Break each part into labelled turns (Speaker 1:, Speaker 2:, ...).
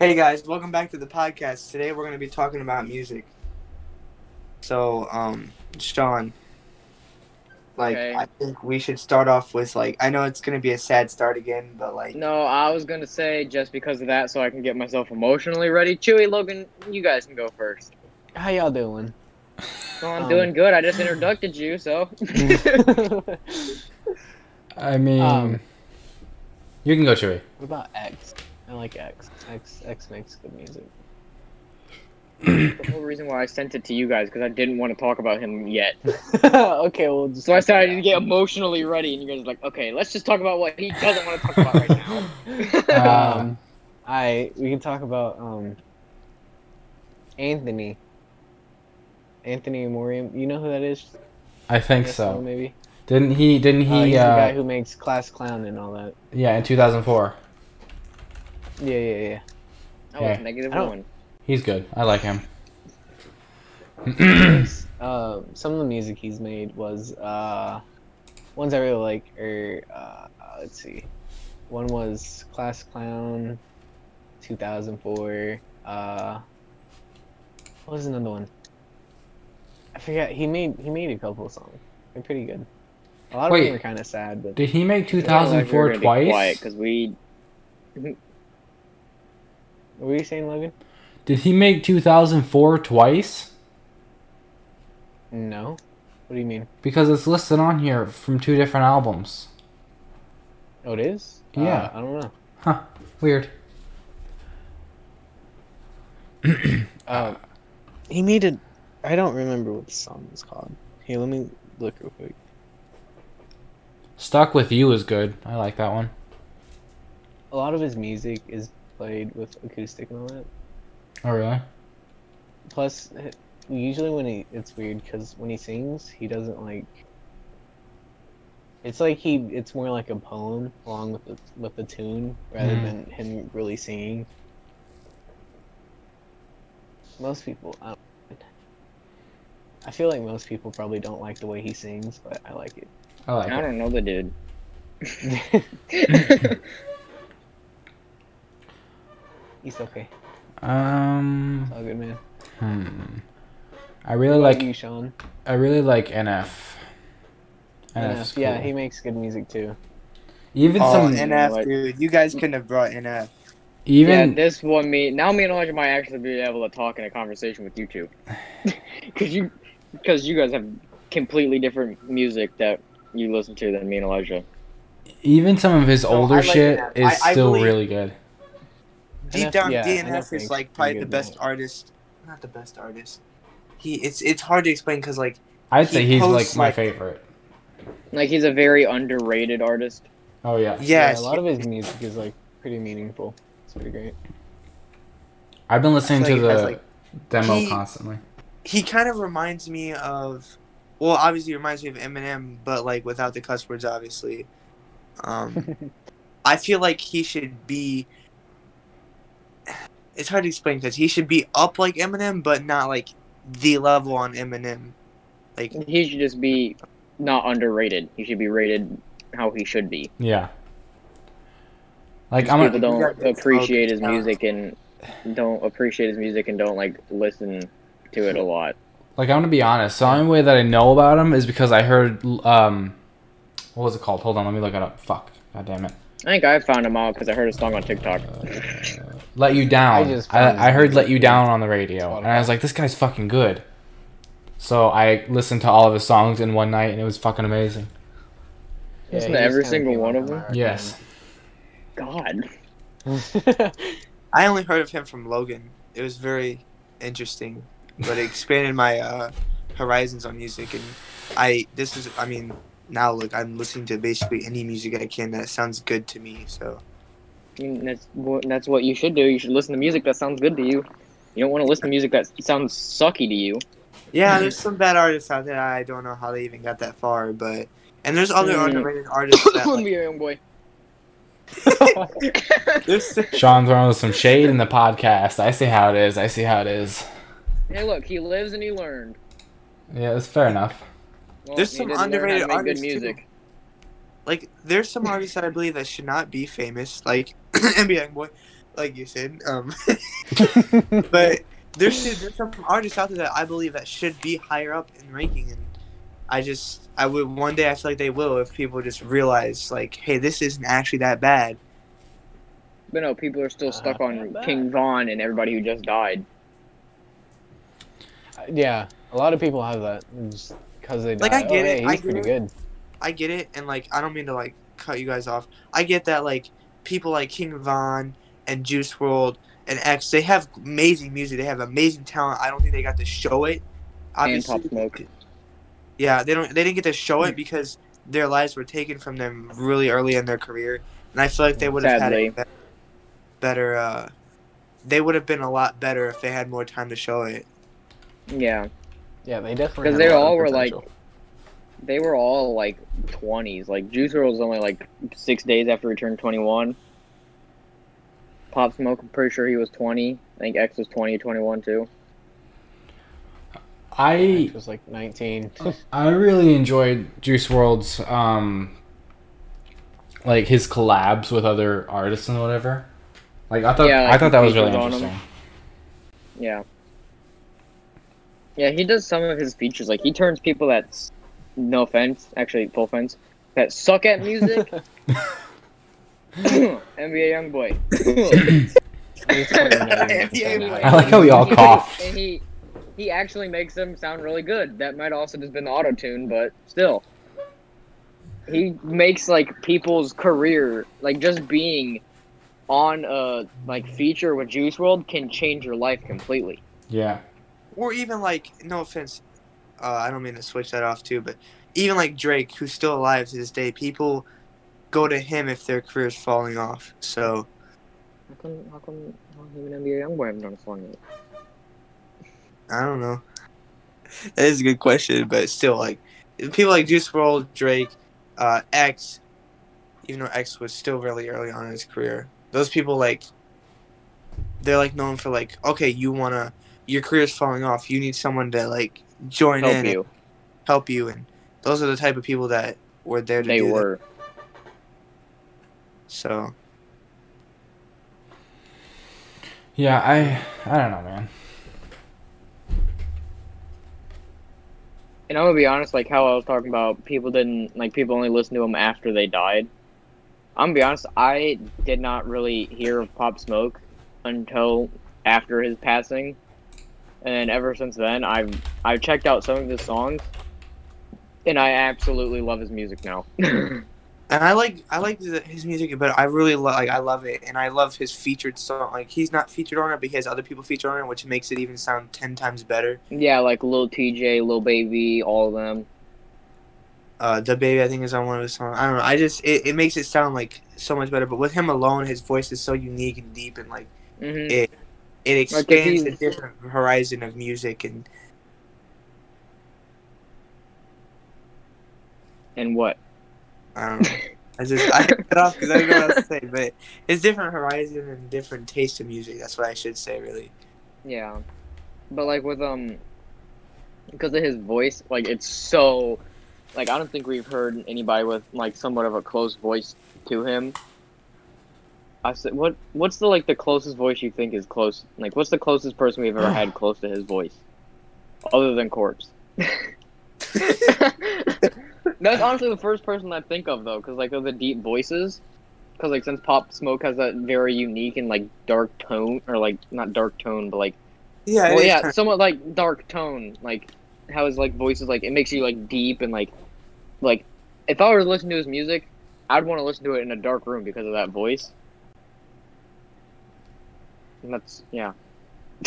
Speaker 1: Hey guys, welcome back to the podcast. Today we're going to be talking about music. So, um, Sean, like
Speaker 2: Okay.
Speaker 1: I think we should start off with like I know it's going to be a sad start again, but like
Speaker 2: No, I was gonna say just because of that, so I can get myself emotionally ready. Chewy, Logan, you guys can go first.
Speaker 3: How y'all doing?
Speaker 2: So I'm
Speaker 3: Um.
Speaker 2: doing good. I just introducted you, so.
Speaker 3: what
Speaker 4: I mean,
Speaker 3: Um,
Speaker 4: you can go, Chewy.
Speaker 3: about X? I like X. X X makes good music.
Speaker 2: the whole reason why I sent it to you guys because I didn't want to talk about him yet.
Speaker 3: okay, we'll just.
Speaker 2: So I said I need to get emotionally ready, and you guys are like, okay, let's just talk about what he doesn't want to talk about right now. Uh,
Speaker 3: Um, I we can talk about um. Anthony. Anthony Morium, you know who that is?
Speaker 4: I think
Speaker 3: Yes,
Speaker 4: so.
Speaker 3: Maybe.
Speaker 4: Didn't he? Didn't
Speaker 3: Uh, he's
Speaker 4: he?
Speaker 3: the guy
Speaker 4: Uh,
Speaker 3: who makes Class Clown and all that.
Speaker 4: yeah, in 2004.
Speaker 3: Yeah, yeah, yeah.
Speaker 2: I was
Speaker 4: Yeah.
Speaker 2: negative
Speaker 3: I don't-
Speaker 2: one.
Speaker 4: He's good. I like him.
Speaker 3: uh, some of the music he's made was uh, ones I really like are uh, let's see, one was Class Clown, 2004. Uh, what was another one? I forgot. He made he made a couple of songs. They're pretty good. A lot of
Speaker 4: Wait.
Speaker 3: them are kind of sad, but
Speaker 4: Did he make
Speaker 2: We're
Speaker 4: 2004
Speaker 2: gonna be Quiet,
Speaker 4: twice?
Speaker 2: because we.
Speaker 3: what were you saying, Logan?
Speaker 4: Did he make 2004 twice?
Speaker 3: No. What do you mean?
Speaker 4: Because it's listed on here from two different albums.
Speaker 3: Oh, it is. Uh,
Speaker 4: Yeah.
Speaker 3: I don't know.
Speaker 4: Huh. Weird.
Speaker 3: Uh, he made a. I don't remember what the song was called. Here, let me look real quick.
Speaker 4: Stuck with You is good. I like that one.
Speaker 3: A lot of his music is played with acoustic and all that.
Speaker 4: Oh, really?
Speaker 3: Plus, eh, usually when he, it's weird because when he sings, he doesn't like. It's like he. It's more like a poem along with the, with the tune rather
Speaker 4: Mhm.
Speaker 3: than him really singing. Most people, I, don't, I feel like most people probably don't like the way he sings, but I like it.
Speaker 4: I like
Speaker 2: I
Speaker 4: it.
Speaker 2: don't know the dude.
Speaker 3: He's okay.
Speaker 4: Um.
Speaker 3: It's all good, man.
Speaker 4: Hmm. I really
Speaker 3: Like
Speaker 4: like.
Speaker 3: you, Sean.
Speaker 4: I really like NF. NF's
Speaker 3: NF, Yeah,
Speaker 4: cool.
Speaker 3: he makes good music too.
Speaker 4: even
Speaker 1: oh,
Speaker 4: some
Speaker 1: NF
Speaker 2: like-
Speaker 1: dude, you guys couldn't have brought NF.
Speaker 4: even
Speaker 2: yeah, this one me now me and Elijah might actually be able to talk in a conversation with you two, because you because you guys have completely different music that you listen to than me and Elijah.
Speaker 4: Even some of his
Speaker 1: No,
Speaker 4: older
Speaker 1: I like
Speaker 4: shit
Speaker 1: that.
Speaker 4: is
Speaker 1: I- I
Speaker 4: still
Speaker 1: believe-
Speaker 4: really good.
Speaker 1: Deep
Speaker 3: NF
Speaker 1: down,
Speaker 3: yeah, NF
Speaker 1: DNF is
Speaker 3: makes
Speaker 1: like probably
Speaker 3: pretty
Speaker 1: the
Speaker 3: good
Speaker 1: best
Speaker 3: music.
Speaker 1: artist. Not the best artist. He it's it's hard to explain because like
Speaker 4: I'd
Speaker 1: He
Speaker 4: say he's
Speaker 1: posts,
Speaker 4: like my
Speaker 1: like-
Speaker 4: favorite.
Speaker 2: Like he's a very underrated artist.
Speaker 4: Oh yeah,
Speaker 1: yes,
Speaker 3: Yeah, a lot of his music is like pretty meaningful. It's pretty great.
Speaker 4: I've been listening
Speaker 1: I feel
Speaker 4: to
Speaker 1: like it
Speaker 4: the
Speaker 1: has, like,
Speaker 4: demo
Speaker 1: he-
Speaker 4: constantly.
Speaker 1: he kind of reminds me of well obviously he reminds me of eminem but like without the cuss words obviously um i feel like he should be it's hard to explain because he should be up like eminem but not like the level on eminem like
Speaker 2: He should just be not underrated. He should be rated how he should be.
Speaker 4: Yeah. Like
Speaker 2: People
Speaker 4: I'm, a,
Speaker 2: don't
Speaker 1: Yeah, it's
Speaker 2: appreciate his
Speaker 1: all-
Speaker 2: music and don't appreciate his music and don't like listen to it a lot.
Speaker 4: like I'm gonna be honest. The only way that I know about him is because I heard um, what was it called? Hold on, let me look it up. Fuck, god damn it.
Speaker 2: I think I found him out because I heard a song on TikTok.
Speaker 4: Let you down. I,
Speaker 3: I just found
Speaker 4: I,
Speaker 3: his
Speaker 4: heard
Speaker 3: music
Speaker 4: "Let You
Speaker 3: on
Speaker 4: Down" on the radio, and I was like, "This guy's fucking good." So I listened to all of his songs in one night, and it was fucking amazing.
Speaker 2: Listen
Speaker 3: he
Speaker 2: to
Speaker 3: just
Speaker 2: every
Speaker 3: kinda
Speaker 2: single
Speaker 3: came
Speaker 2: one
Speaker 3: up
Speaker 2: of
Speaker 3: on
Speaker 2: them?
Speaker 3: our
Speaker 4: Yes.
Speaker 2: God,
Speaker 3: account.
Speaker 1: i only heard of him from logan it was very interesting but it expanded my uh horizons on music and i this is i mean now look i'm listening to basically any music i can that sounds good to me so
Speaker 2: Mm, that's what that's what you should do. You should listen to music that sounds good to you. You don't want to listen to music that sounds sucky to you.
Speaker 1: Yeah,
Speaker 2: Hmm.
Speaker 1: there's some bad artists out there. I don't know how they even got that far, but and there's other
Speaker 2: Mm.
Speaker 1: underrated artists that like,
Speaker 2: Be a young boy.
Speaker 1: there's,
Speaker 4: Sean throwing some shade in the podcast. I see how it is. I see how it is.
Speaker 2: Hey, look, he lives and he learned.
Speaker 4: Yeah, that's fair enough.
Speaker 2: Well,
Speaker 1: There's
Speaker 2: he
Speaker 1: some
Speaker 2: didn't learn how to
Speaker 1: underrated
Speaker 2: make
Speaker 1: artists,
Speaker 2: good music.
Speaker 1: like there's some artists that I believe that should not be famous, like NBA Boy, like you said. Um, but there's should- there's some artists out there that I believe that should be higher up in ranking, and I just I would one day I feel like they will if people just realize like, hey, this isn't actually that bad.
Speaker 2: But no, people are still stuck
Speaker 3: Uh,
Speaker 2: on King Von and everybody who just died.
Speaker 3: yeah, a lot of people have that because they die.
Speaker 1: Like, I
Speaker 3: oh,
Speaker 1: get it,
Speaker 3: hey,
Speaker 1: I
Speaker 3: he's
Speaker 1: get
Speaker 3: pretty
Speaker 1: it.
Speaker 3: good.
Speaker 1: I get it, and like I don't mean to like cut you guys off. I get that like people like King Von and Juice World and X, they have amazing music. They have amazing talent. I don't think they got to show it.
Speaker 2: And Pop Smoke.
Speaker 1: Yeah, they don't. They didn't get to show it because their lives were taken from them really early in their career, and I feel like they would have had
Speaker 2: Sadly.
Speaker 1: a be- better. Uh, they would have been a lot better if they had more time to show it.
Speaker 2: Yeah.
Speaker 3: Yeah, they definitely.
Speaker 2: 'Cause
Speaker 3: have
Speaker 2: they
Speaker 3: a lot of
Speaker 2: all were, like,
Speaker 3: potential.
Speaker 2: They were all like 20s. Like, Juice WRLD was only like six days after he turned 21. Pop Smoke, I'm pretty sure he was 20. I think X was 20 or 21 too.
Speaker 4: I
Speaker 3: It was like 19.
Speaker 4: I really enjoyed Juice World's um like his collabs with other artists and whatever. Like I thought
Speaker 2: Yeah, like
Speaker 4: I thought that
Speaker 2: he
Speaker 4: was really
Speaker 2: featured on 'em.
Speaker 4: interesting.
Speaker 2: Yeah. Yeah, he does some of his features. Like, he turns people that, s- no offense, actually, full offense, that suck at music. NBA Youngboy.
Speaker 4: I like how we all
Speaker 2: He-
Speaker 4: coughed.
Speaker 2: And he he actually makes them sound really good. That might also just been auto tune, but still. He makes like people's career like just being on a like feature with Juice World can change your life completely.
Speaker 4: Yeah.
Speaker 1: or even like no offense uh, i don't mean to switch that off too but even like drake who's still alive to this day people go to him if their career's falling off so
Speaker 2: How come how come how come even NBA Youngboy haven't done a song yet?
Speaker 1: i don't know that is a good question but still like people like juice world drake uh, x even though x was still really early on in his career those people like they're like known for like okay you want to your career's falling off you need someone to like join in
Speaker 2: Help
Speaker 1: and
Speaker 2: you.
Speaker 1: help you and those are the type of people that were there to
Speaker 2: They
Speaker 1: do that.
Speaker 2: were.
Speaker 1: so
Speaker 4: Yeah, I I don't know, man.
Speaker 2: And I'm gonna be honest, like how I was talking about people didn't like people only listened to him after they died. I'm gonna be honest, I did not really hear of Pop Smoke until after his passing, and ever since then, I've I've checked out some of his songs, and I absolutely love his music now.
Speaker 1: and i like i like the, his music but i really lo- like i love it and i love his featured song like he's not featured on it but he has other people featured on it which makes it even sound 10 times better
Speaker 2: yeah, like Lil TJ, Lil Baby, all of them.
Speaker 1: uh the baby i think is on one of his songs i don't know i just it, it makes it sound like so much better but with him alone his voice is so unique and deep and like
Speaker 2: hmm
Speaker 1: Yeah. it
Speaker 2: Like, if
Speaker 1: expands
Speaker 2: he's-
Speaker 1: a different horizon of music and
Speaker 2: And what?
Speaker 1: i don't know i just i cut off because i don't know what else to say but it's different horizon and different taste of music that's what i should say really
Speaker 2: Yeah, but like with um, because of his voice, like it's so, like I don't think we've heard anybody with like somewhat of a close voice to him. I said, what what's the like the closest voice you think is close? Like, what's the closest person we've ever had close to his voice, other than Corpse? That's honestly the first person I think of though, because like of the deep voices. Because like since Pop Smoke has that very unique and like dark tone, or like not dark tone, but like
Speaker 1: yeah it
Speaker 2: well,
Speaker 1: is
Speaker 2: yeah,
Speaker 1: kinda-
Speaker 2: somewhat like dark tone, like how his like voice is like it makes you like deep and like like if I were to listen to his music, I'd want to listen to it in a dark room because of that voice. And that's yeah.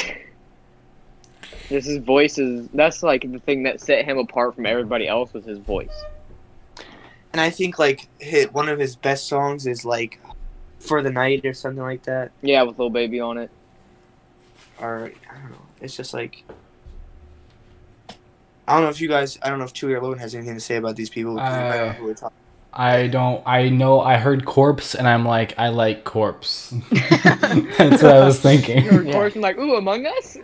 Speaker 2: this his voice is that's like the thing that set him apart from everybody else was his voice.
Speaker 1: And I think like hit one of his best songs is like "For the Night" or something like that.
Speaker 2: Yeah, with little baby on it.
Speaker 1: Or I don't know. It's just like I don't know if you guys. I don't know if Chewy or Logan has anything to say about these people. 'cause I don't know
Speaker 4: Uh,
Speaker 1: who we're talking-
Speaker 4: I don't I know I heard corpse and I'm like I like corpse. That's what I was thinking.
Speaker 2: Or of
Speaker 3: Yeah.
Speaker 2: course, I'm like, ooh, Among Us.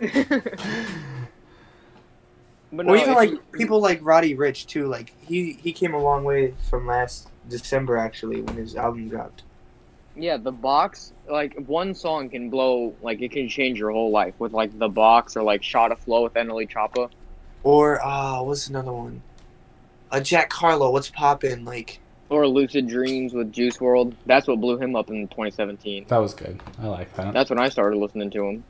Speaker 2: but
Speaker 1: or even
Speaker 2: if
Speaker 1: like
Speaker 2: you-
Speaker 1: people like Roddy Rich too. Like he he came a long way from last December actually when his album dropped.
Speaker 2: Yeah, the box, like one song can blow, like it can change your whole life with like the box or like Shot of Flow with Emily Choppa.
Speaker 1: Or uh, what's another one? Uh, Jack Carlo. What's poppin'? Like
Speaker 2: or Lucid Dreams with Juice World. That's what blew him up in 2017.
Speaker 4: That was good. I like that.
Speaker 2: That's when I started listening to him.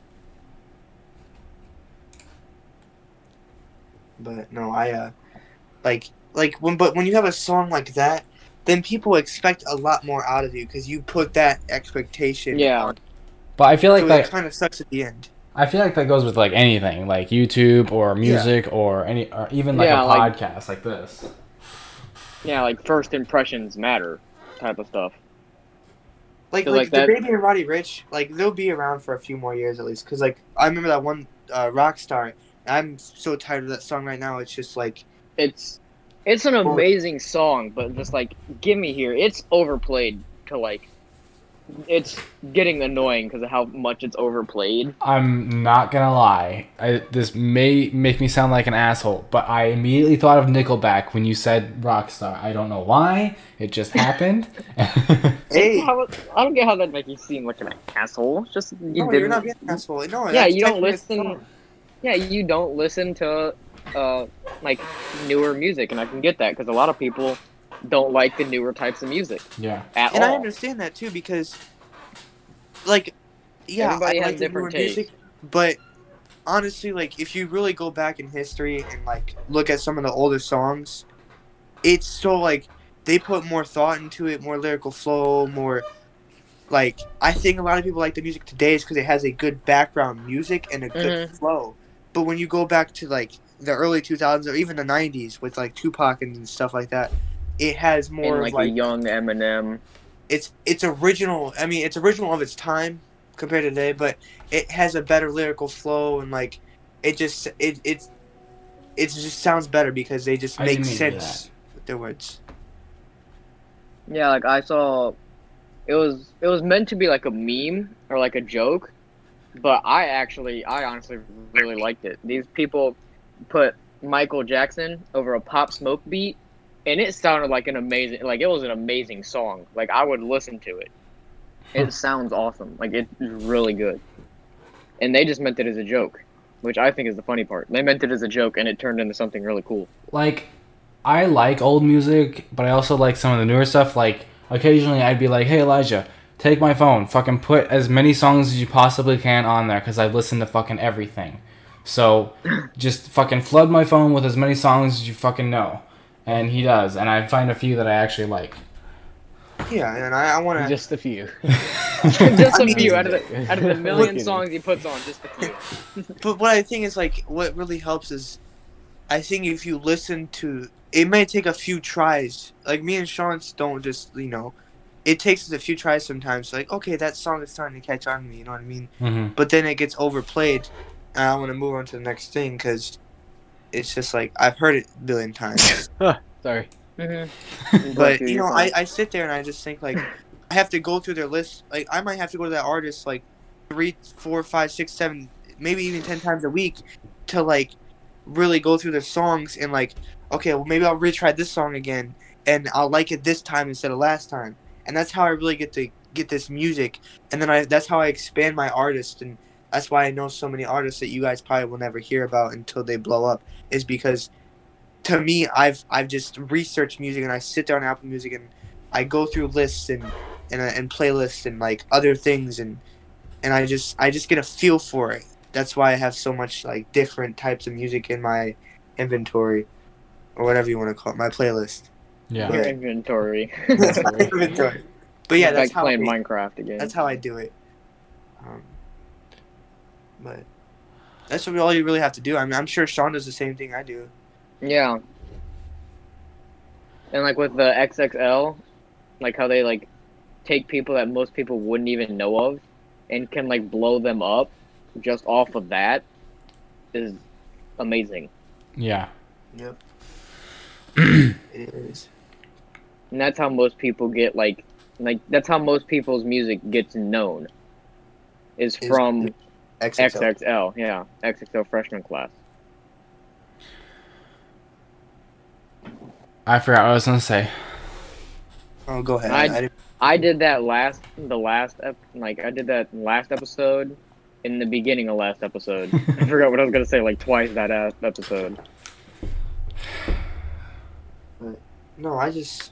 Speaker 1: but no, I uh, like like when but when you have a song like that, then people expect a lot more out of you because you put that expectation.
Speaker 2: Yeah.
Speaker 1: on.
Speaker 4: But I feel like
Speaker 1: so
Speaker 4: that.
Speaker 1: it kind of sucks at the end.
Speaker 4: I feel like that goes with like anything, like YouTube or music or any, or even like
Speaker 2: Yeah,
Speaker 4: a
Speaker 2: like-
Speaker 4: podcast like this.
Speaker 2: Yeah, like first impressions matter type of stuff.
Speaker 1: Like
Speaker 2: So,
Speaker 1: like,
Speaker 2: like
Speaker 1: the
Speaker 2: that-
Speaker 1: baby and Roddy Rich, like they'll be around for a few more years at least. Cause like I remember that one uh, rock star. I'm so tired of that song right now. It's just like
Speaker 2: It's it's an
Speaker 1: Or-
Speaker 2: amazing song, but just like give me here. It's overplayed to like it's getting annoying because of how much it's overplayed.
Speaker 4: I'm not gonna lie. I, this may make me sound like an asshole, but I immediately thought of Nickelback when you said Rockstar. I don't know why. It just happened.
Speaker 1: hey.
Speaker 2: How- I don't get how that makes you seem like an asshole. It's just you
Speaker 1: no,
Speaker 2: didn't.
Speaker 1: you're not being an asshole. No,
Speaker 2: Yeah,
Speaker 1: that's
Speaker 2: you don't
Speaker 1: technically a
Speaker 2: listen-
Speaker 1: song.
Speaker 2: yeah, you don't listen to uh, like newer music, and I can get that because a lot of people don't like the newer types of music
Speaker 4: yeah.
Speaker 2: at
Speaker 1: and I
Speaker 2: all.
Speaker 1: understand that too because, like, yeah,
Speaker 2: Everybody
Speaker 1: I
Speaker 2: has
Speaker 1: like the
Speaker 2: different
Speaker 1: newer music, but honestly, like, if you really go back in history and like look at some of the older songs, it's so like they put more thought into it, more lyrical flow, more. Like I think a lot of people like the music today is because it has a good background music and a good
Speaker 2: Mm-hmm.
Speaker 1: flow. But when you go back to like the early 2000s or even the 90s with like Tupac and stuff like that, it has more
Speaker 2: and
Speaker 1: of,
Speaker 2: like,
Speaker 1: like
Speaker 2: a young Eminem.
Speaker 1: it's it's original. I mean, it's original of its time compared to today, but it has a better lyrical flow and like it just it it's it just sounds better because they just
Speaker 4: I
Speaker 1: make
Speaker 4: didn't mean to do
Speaker 1: sense with their words.
Speaker 2: Yeah, like I saw, it was it was meant to be like a meme or like a joke, but I actually I honestly really liked it. These people put Michael Jackson over a Pop Smoke beat, and it sounded like an amazing like it was an amazing song. Like I would listen to it. It sounds awesome. Like it's really good, and they just meant it as a joke, which I think is the funny part. They meant it as a joke, and it turned into something really cool.
Speaker 4: Like, I like old music, but I also like some of the newer stuff. Like, occasionally I'd be like, hey, Elijah, take my phone. Fucking put as many songs as you possibly can on there because I've listened to fucking everything. So just fucking flood my phone with as many songs as you fucking know. And he does. And I find a few that I actually like.
Speaker 1: Yeah, and I, I want to.
Speaker 3: Just a few.
Speaker 2: just a
Speaker 1: mean-
Speaker 2: few out of the out of the million
Speaker 3: Look at
Speaker 2: songs he puts on, just a few.
Speaker 1: But what I think is like what really helps is, I think if you listen to it may take a few tries. Like me and Sean's don't just you know, it takes us a few tries sometimes. Like okay, that song is starting to catch on to me. You know what I mean?
Speaker 4: hmm
Speaker 1: but then it gets overplayed and i want to move on to the next thing because it's just like i've heard it a billion times
Speaker 3: Sorry.
Speaker 2: Mm-hmm.
Speaker 1: but you know I, I sit there and i just think like i have to go through their list like i might have to go to that artist like three four five six seven maybe even ten times a week to like really go through their songs and like okay well maybe i'll retry this song again and i'll like it this time instead of last time and that's how i really get to get this music and then i that's how i expand my artist and that's why i know so many artists that you guys probably will never hear about until they blow up is because to me i've i've just researched music and i sit down on apple music and i go through lists and and, uh, and playlists and like other things and and i just i just get a feel for it that's why i have so much like different types of music in my inventory or whatever you want to call it my playlist
Speaker 4: Yeah.
Speaker 2: your inventory.
Speaker 1: That's my
Speaker 2: It's
Speaker 1: inventory. but yeah that's
Speaker 2: like
Speaker 1: how,
Speaker 2: playing
Speaker 1: I,
Speaker 2: Minecraft again.
Speaker 1: that's how i do it um, but that's what all you really have to do i mean i'm sure sean does the same thing i do
Speaker 2: Yeah. And like with the XXL, like how they like take people that most people wouldn't even know of, and can like blow them up, just off of that, is amazing.
Speaker 4: Yeah.
Speaker 1: yep it is
Speaker 2: And that's how most people get like like that's how most people's music gets known. Is
Speaker 1: Is-
Speaker 2: from
Speaker 1: XXL.
Speaker 2: XXL, yeah, XXL freshman class.
Speaker 4: I forgot what I was going to say.
Speaker 1: Oh, go ahead.
Speaker 2: I-
Speaker 1: I didn't-
Speaker 2: I did that last the last ep- like I did that last episode in the beginning of last episode. I forgot what I was gonna say like twice that uh, episode.
Speaker 1: no, I just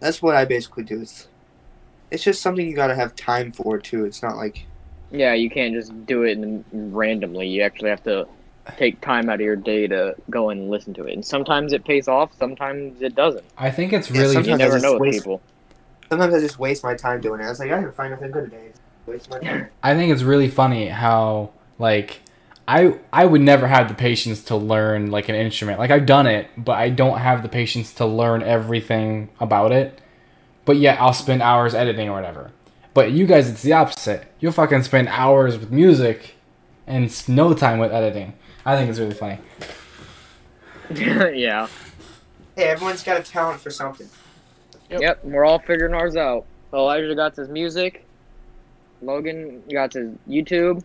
Speaker 1: that's what I basically do. It's it's just something you gotta have time for too. It's not like
Speaker 2: Yeah, you can't just do it in, randomly. You actually have to take time out of your day to go and listen to it. And sometimes it pays off, sometimes it doesn't.
Speaker 4: I think it's
Speaker 1: Yeah,
Speaker 4: really
Speaker 2: You
Speaker 1: Sometimes
Speaker 2: never
Speaker 1: it's
Speaker 2: know with
Speaker 1: waste-
Speaker 2: people.
Speaker 1: sometimes I just waste my time doing it. I was like, I didn't find nothing good today. Waste my time.
Speaker 4: I think it's really funny how like I I would never have the patience to learn like an instrument. Like I've done it, but I don't have the patience to learn everything about it. But yet I'll spend hours editing or whatever. But you guys, it's the opposite. You'll fucking spend hours with music, and s- no time with editing. I think it's really funny.
Speaker 2: yeah.
Speaker 1: Hey, everyone's got a talent for something.
Speaker 3: Yep.
Speaker 2: Yep. we're all figuring ours out. Elijah got his music. Logan got his YouTube.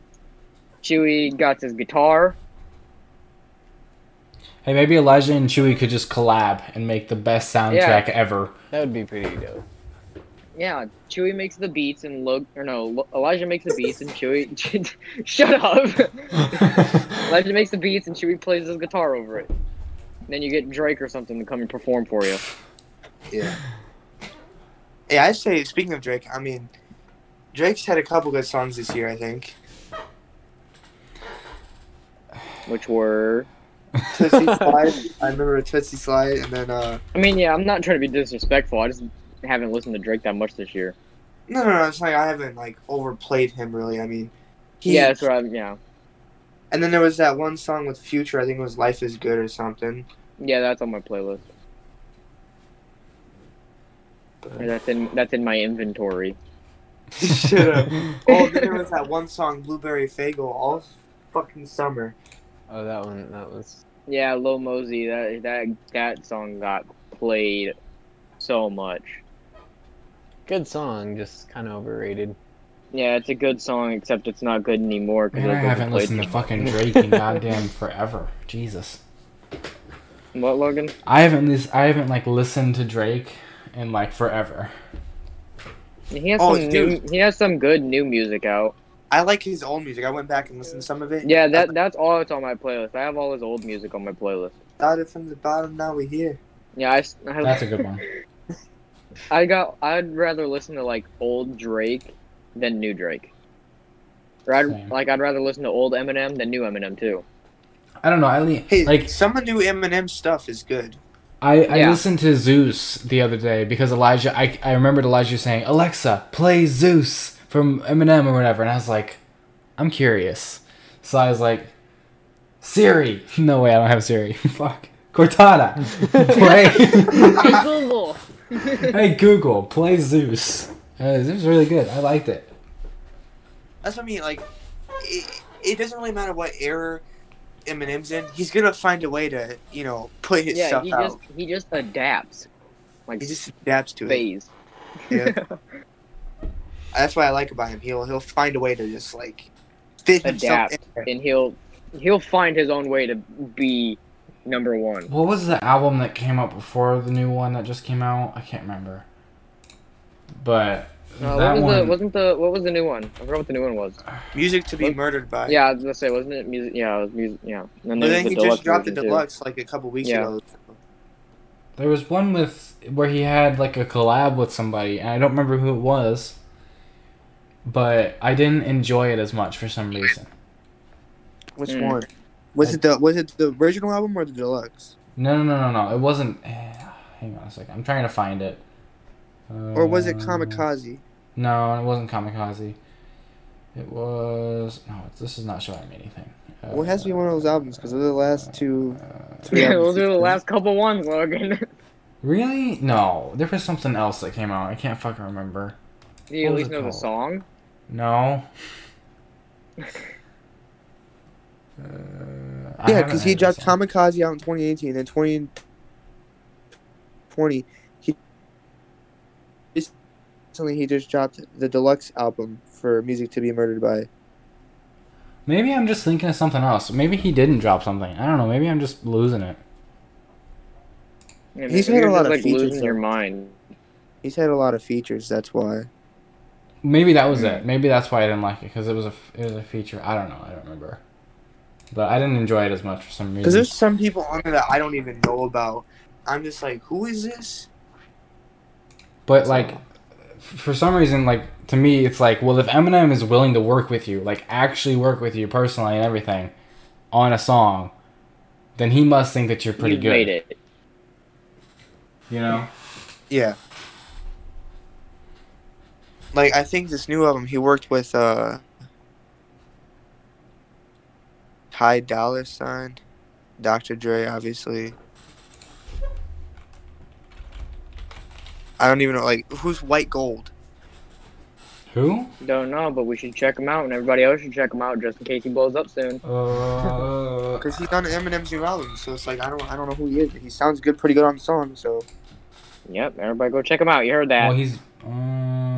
Speaker 2: Chewy got his guitar.
Speaker 4: Hey, maybe Elijah and Chewy could just collab and make the best soundtrack ever.
Speaker 3: That would be pretty dope.
Speaker 2: Yeah, Chewy makes the beats and Log or no, Lo- Elijah makes the beats and Chewy shut up. Elijah makes the beats and Chewy plays his guitar over it. And then you get Drake or something to come and perform for you.
Speaker 1: Yeah. Hey, I say speaking of Drake, I mean, Drake's had a couple good songs this year. I think.
Speaker 2: Which were
Speaker 1: Tootsie Slide. I remember Tootsie Slide, and then uh,
Speaker 2: I mean, yeah, I'm not trying to be disrespectful. I just haven't listened to Drake that much this year.
Speaker 1: no, no, no. It's like I haven't like overplayed him really. I mean, he,
Speaker 2: yeah, that's what I'm yeah.
Speaker 1: And then there was that one song with Future. I think it was "Life Is Good" or something.
Speaker 2: Yeah, that's on my playlist.
Speaker 1: But-
Speaker 2: That's in that's in my inventory.
Speaker 1: Shut up. Oh, then there was that one song "Blueberry Fagel" all fucking summer.
Speaker 3: Oh, that one. That was.
Speaker 2: Yeah, Lil Mosey, that that that song got played so much.
Speaker 3: Good song, just kind of overrated.
Speaker 2: Yeah, it's a good song, except it's not good anymore. 'cause
Speaker 4: Man, I
Speaker 2: it wasn't
Speaker 4: haven't
Speaker 2: played
Speaker 4: listened to
Speaker 2: too
Speaker 4: fucking Drake in goddamn forever. Jesus.
Speaker 2: much. What Logan?
Speaker 4: I haven't lis- I haven't like listened to Drake in like forever.
Speaker 2: He has
Speaker 1: Oh,
Speaker 2: some new,
Speaker 1: dude.
Speaker 2: he has some good new music out.
Speaker 1: I like his old music. I went back and listened to some of it.
Speaker 2: Yeah, that that's all that's on my playlist. I have all his old music on my playlist.
Speaker 1: started from the bottom. Now we're here.
Speaker 2: Yeah, I, s- I-
Speaker 4: That's a good one.
Speaker 2: I got. I'd rather listen to like old Drake than new Drake. Or I'd,
Speaker 4: Same.
Speaker 2: like I'd rather listen to old Eminem than new Eminem too.
Speaker 4: I don't know. I le-
Speaker 1: Hey,
Speaker 4: like
Speaker 1: some of the new Eminem stuff is good.
Speaker 4: I, I
Speaker 2: yeah.
Speaker 4: listened to Zeus the other day because Elijah. I I remembered Elijah saying Alexa play Zeus from Eminem or whatever, and I was like, I'm curious. So I was like, Siri. No way, I don't have Siri. Fuck. Cortana, play.
Speaker 2: Google.
Speaker 4: hey Google, play Zeus. Uh, Zeus was really good. I liked it.
Speaker 1: That's what I mean. Like, it, it doesn't really matter what era Eminem's in. He's gonna find a way to, you know, put his
Speaker 2: yeah,
Speaker 1: stuff
Speaker 2: he
Speaker 1: out.
Speaker 2: just he just adapts. Like
Speaker 1: he just adapts to it.
Speaker 2: phase.
Speaker 1: Yeah. That's what I like about him. He'll he'll find a way to just like fit himself
Speaker 2: Adapt.
Speaker 1: in there.
Speaker 2: and he'll he'll find his own way to be number one.
Speaker 4: What was the album that came out before the new one that just came out? I can't remember. But
Speaker 2: Uh, what
Speaker 4: that
Speaker 2: was
Speaker 4: one,
Speaker 2: the wasn't the what was the new one? I forgot what the new one was.
Speaker 1: Music to be murdered by.
Speaker 2: Yeah, I was gonna say wasn't it music? Yeah, it was music. Yeah, and then
Speaker 1: But
Speaker 2: there's
Speaker 1: then
Speaker 2: the
Speaker 1: he
Speaker 2: deluxe
Speaker 1: just dropped the
Speaker 2: version, too.
Speaker 1: deluxe like a couple weeks
Speaker 2: Yeah.
Speaker 1: ago.
Speaker 4: there was one with where he had like a collab with somebody, and I don't remember who it was. But I didn't enjoy it as much for some reason.
Speaker 1: Which
Speaker 2: Mm.
Speaker 1: one? Was it the was it the original album or the deluxe?
Speaker 4: No, no, no, no, no. It wasn't. eh, Hang on a second. I'm trying to find it.
Speaker 1: Or was it
Speaker 4: Uh,
Speaker 1: Kamikaze?
Speaker 4: No, it wasn't Kamikaze. It was no. This is not showing me anything. Uh,
Speaker 1: Well, it has to be one of those albums because those are the last two.
Speaker 4: uh,
Speaker 1: Three
Speaker 2: Yeah,
Speaker 1: albums
Speaker 2: those are the
Speaker 1: he's done.
Speaker 2: last couple ones, Logan.
Speaker 4: Really? No. There was something else that came out. I can't fucking remember.
Speaker 2: Do you
Speaker 4: What
Speaker 2: at
Speaker 4: was
Speaker 2: least
Speaker 4: it
Speaker 2: know the
Speaker 4: called?
Speaker 2: song?
Speaker 4: No. Uh, I
Speaker 1: Yeah,
Speaker 4: haven't
Speaker 1: because he
Speaker 4: heard
Speaker 1: dropped
Speaker 4: this one.
Speaker 1: Kamikaze out in 2018, then 2020, he just recently he just dropped the deluxe album for "Music to Be Murdered By."
Speaker 4: Maybe I'm just thinking of something else. Maybe he didn't drop something. I don't know. Maybe I'm just losing it.
Speaker 2: Yeah,
Speaker 1: He's
Speaker 2: maybe
Speaker 1: had a
Speaker 2: you're
Speaker 1: lot
Speaker 2: just,
Speaker 1: of
Speaker 2: like
Speaker 1: features,
Speaker 2: losing your
Speaker 1: though.
Speaker 2: mind.
Speaker 1: He's had a lot of features. That's why.
Speaker 4: Maybe that was it. Maybe that's why I didn't like it because it was a f- it was a feature. I don't know. I don't remember. But I didn't enjoy it as much for some
Speaker 1: Because
Speaker 4: reason.
Speaker 1: there's some people on there that I don't even know about. I'm just like, who is this?
Speaker 4: But like, f- for some reason, like to me, it's like, well, if Eminem is willing to work with you, like actually work with you personally and everything, on a song, then he must think that you're pretty
Speaker 2: you
Speaker 4: good.
Speaker 2: made it.
Speaker 4: You know.
Speaker 1: Yeah. Like I think this new album he worked with uh Ty Dolla Sign, Dr. Dre obviously. I don't even know like who's White Gold.
Speaker 4: Who?
Speaker 2: Don't know, but we should check him out, and everybody else should check him out just in case he blows up soon.
Speaker 4: Uh,
Speaker 1: Cause he's on Eminem's new album, so it's like I don't I don't know who he is, but he sounds good, pretty good on the song. So
Speaker 2: Yep, everybody go check him out. You heard that.
Speaker 4: well, oh, he's. Um,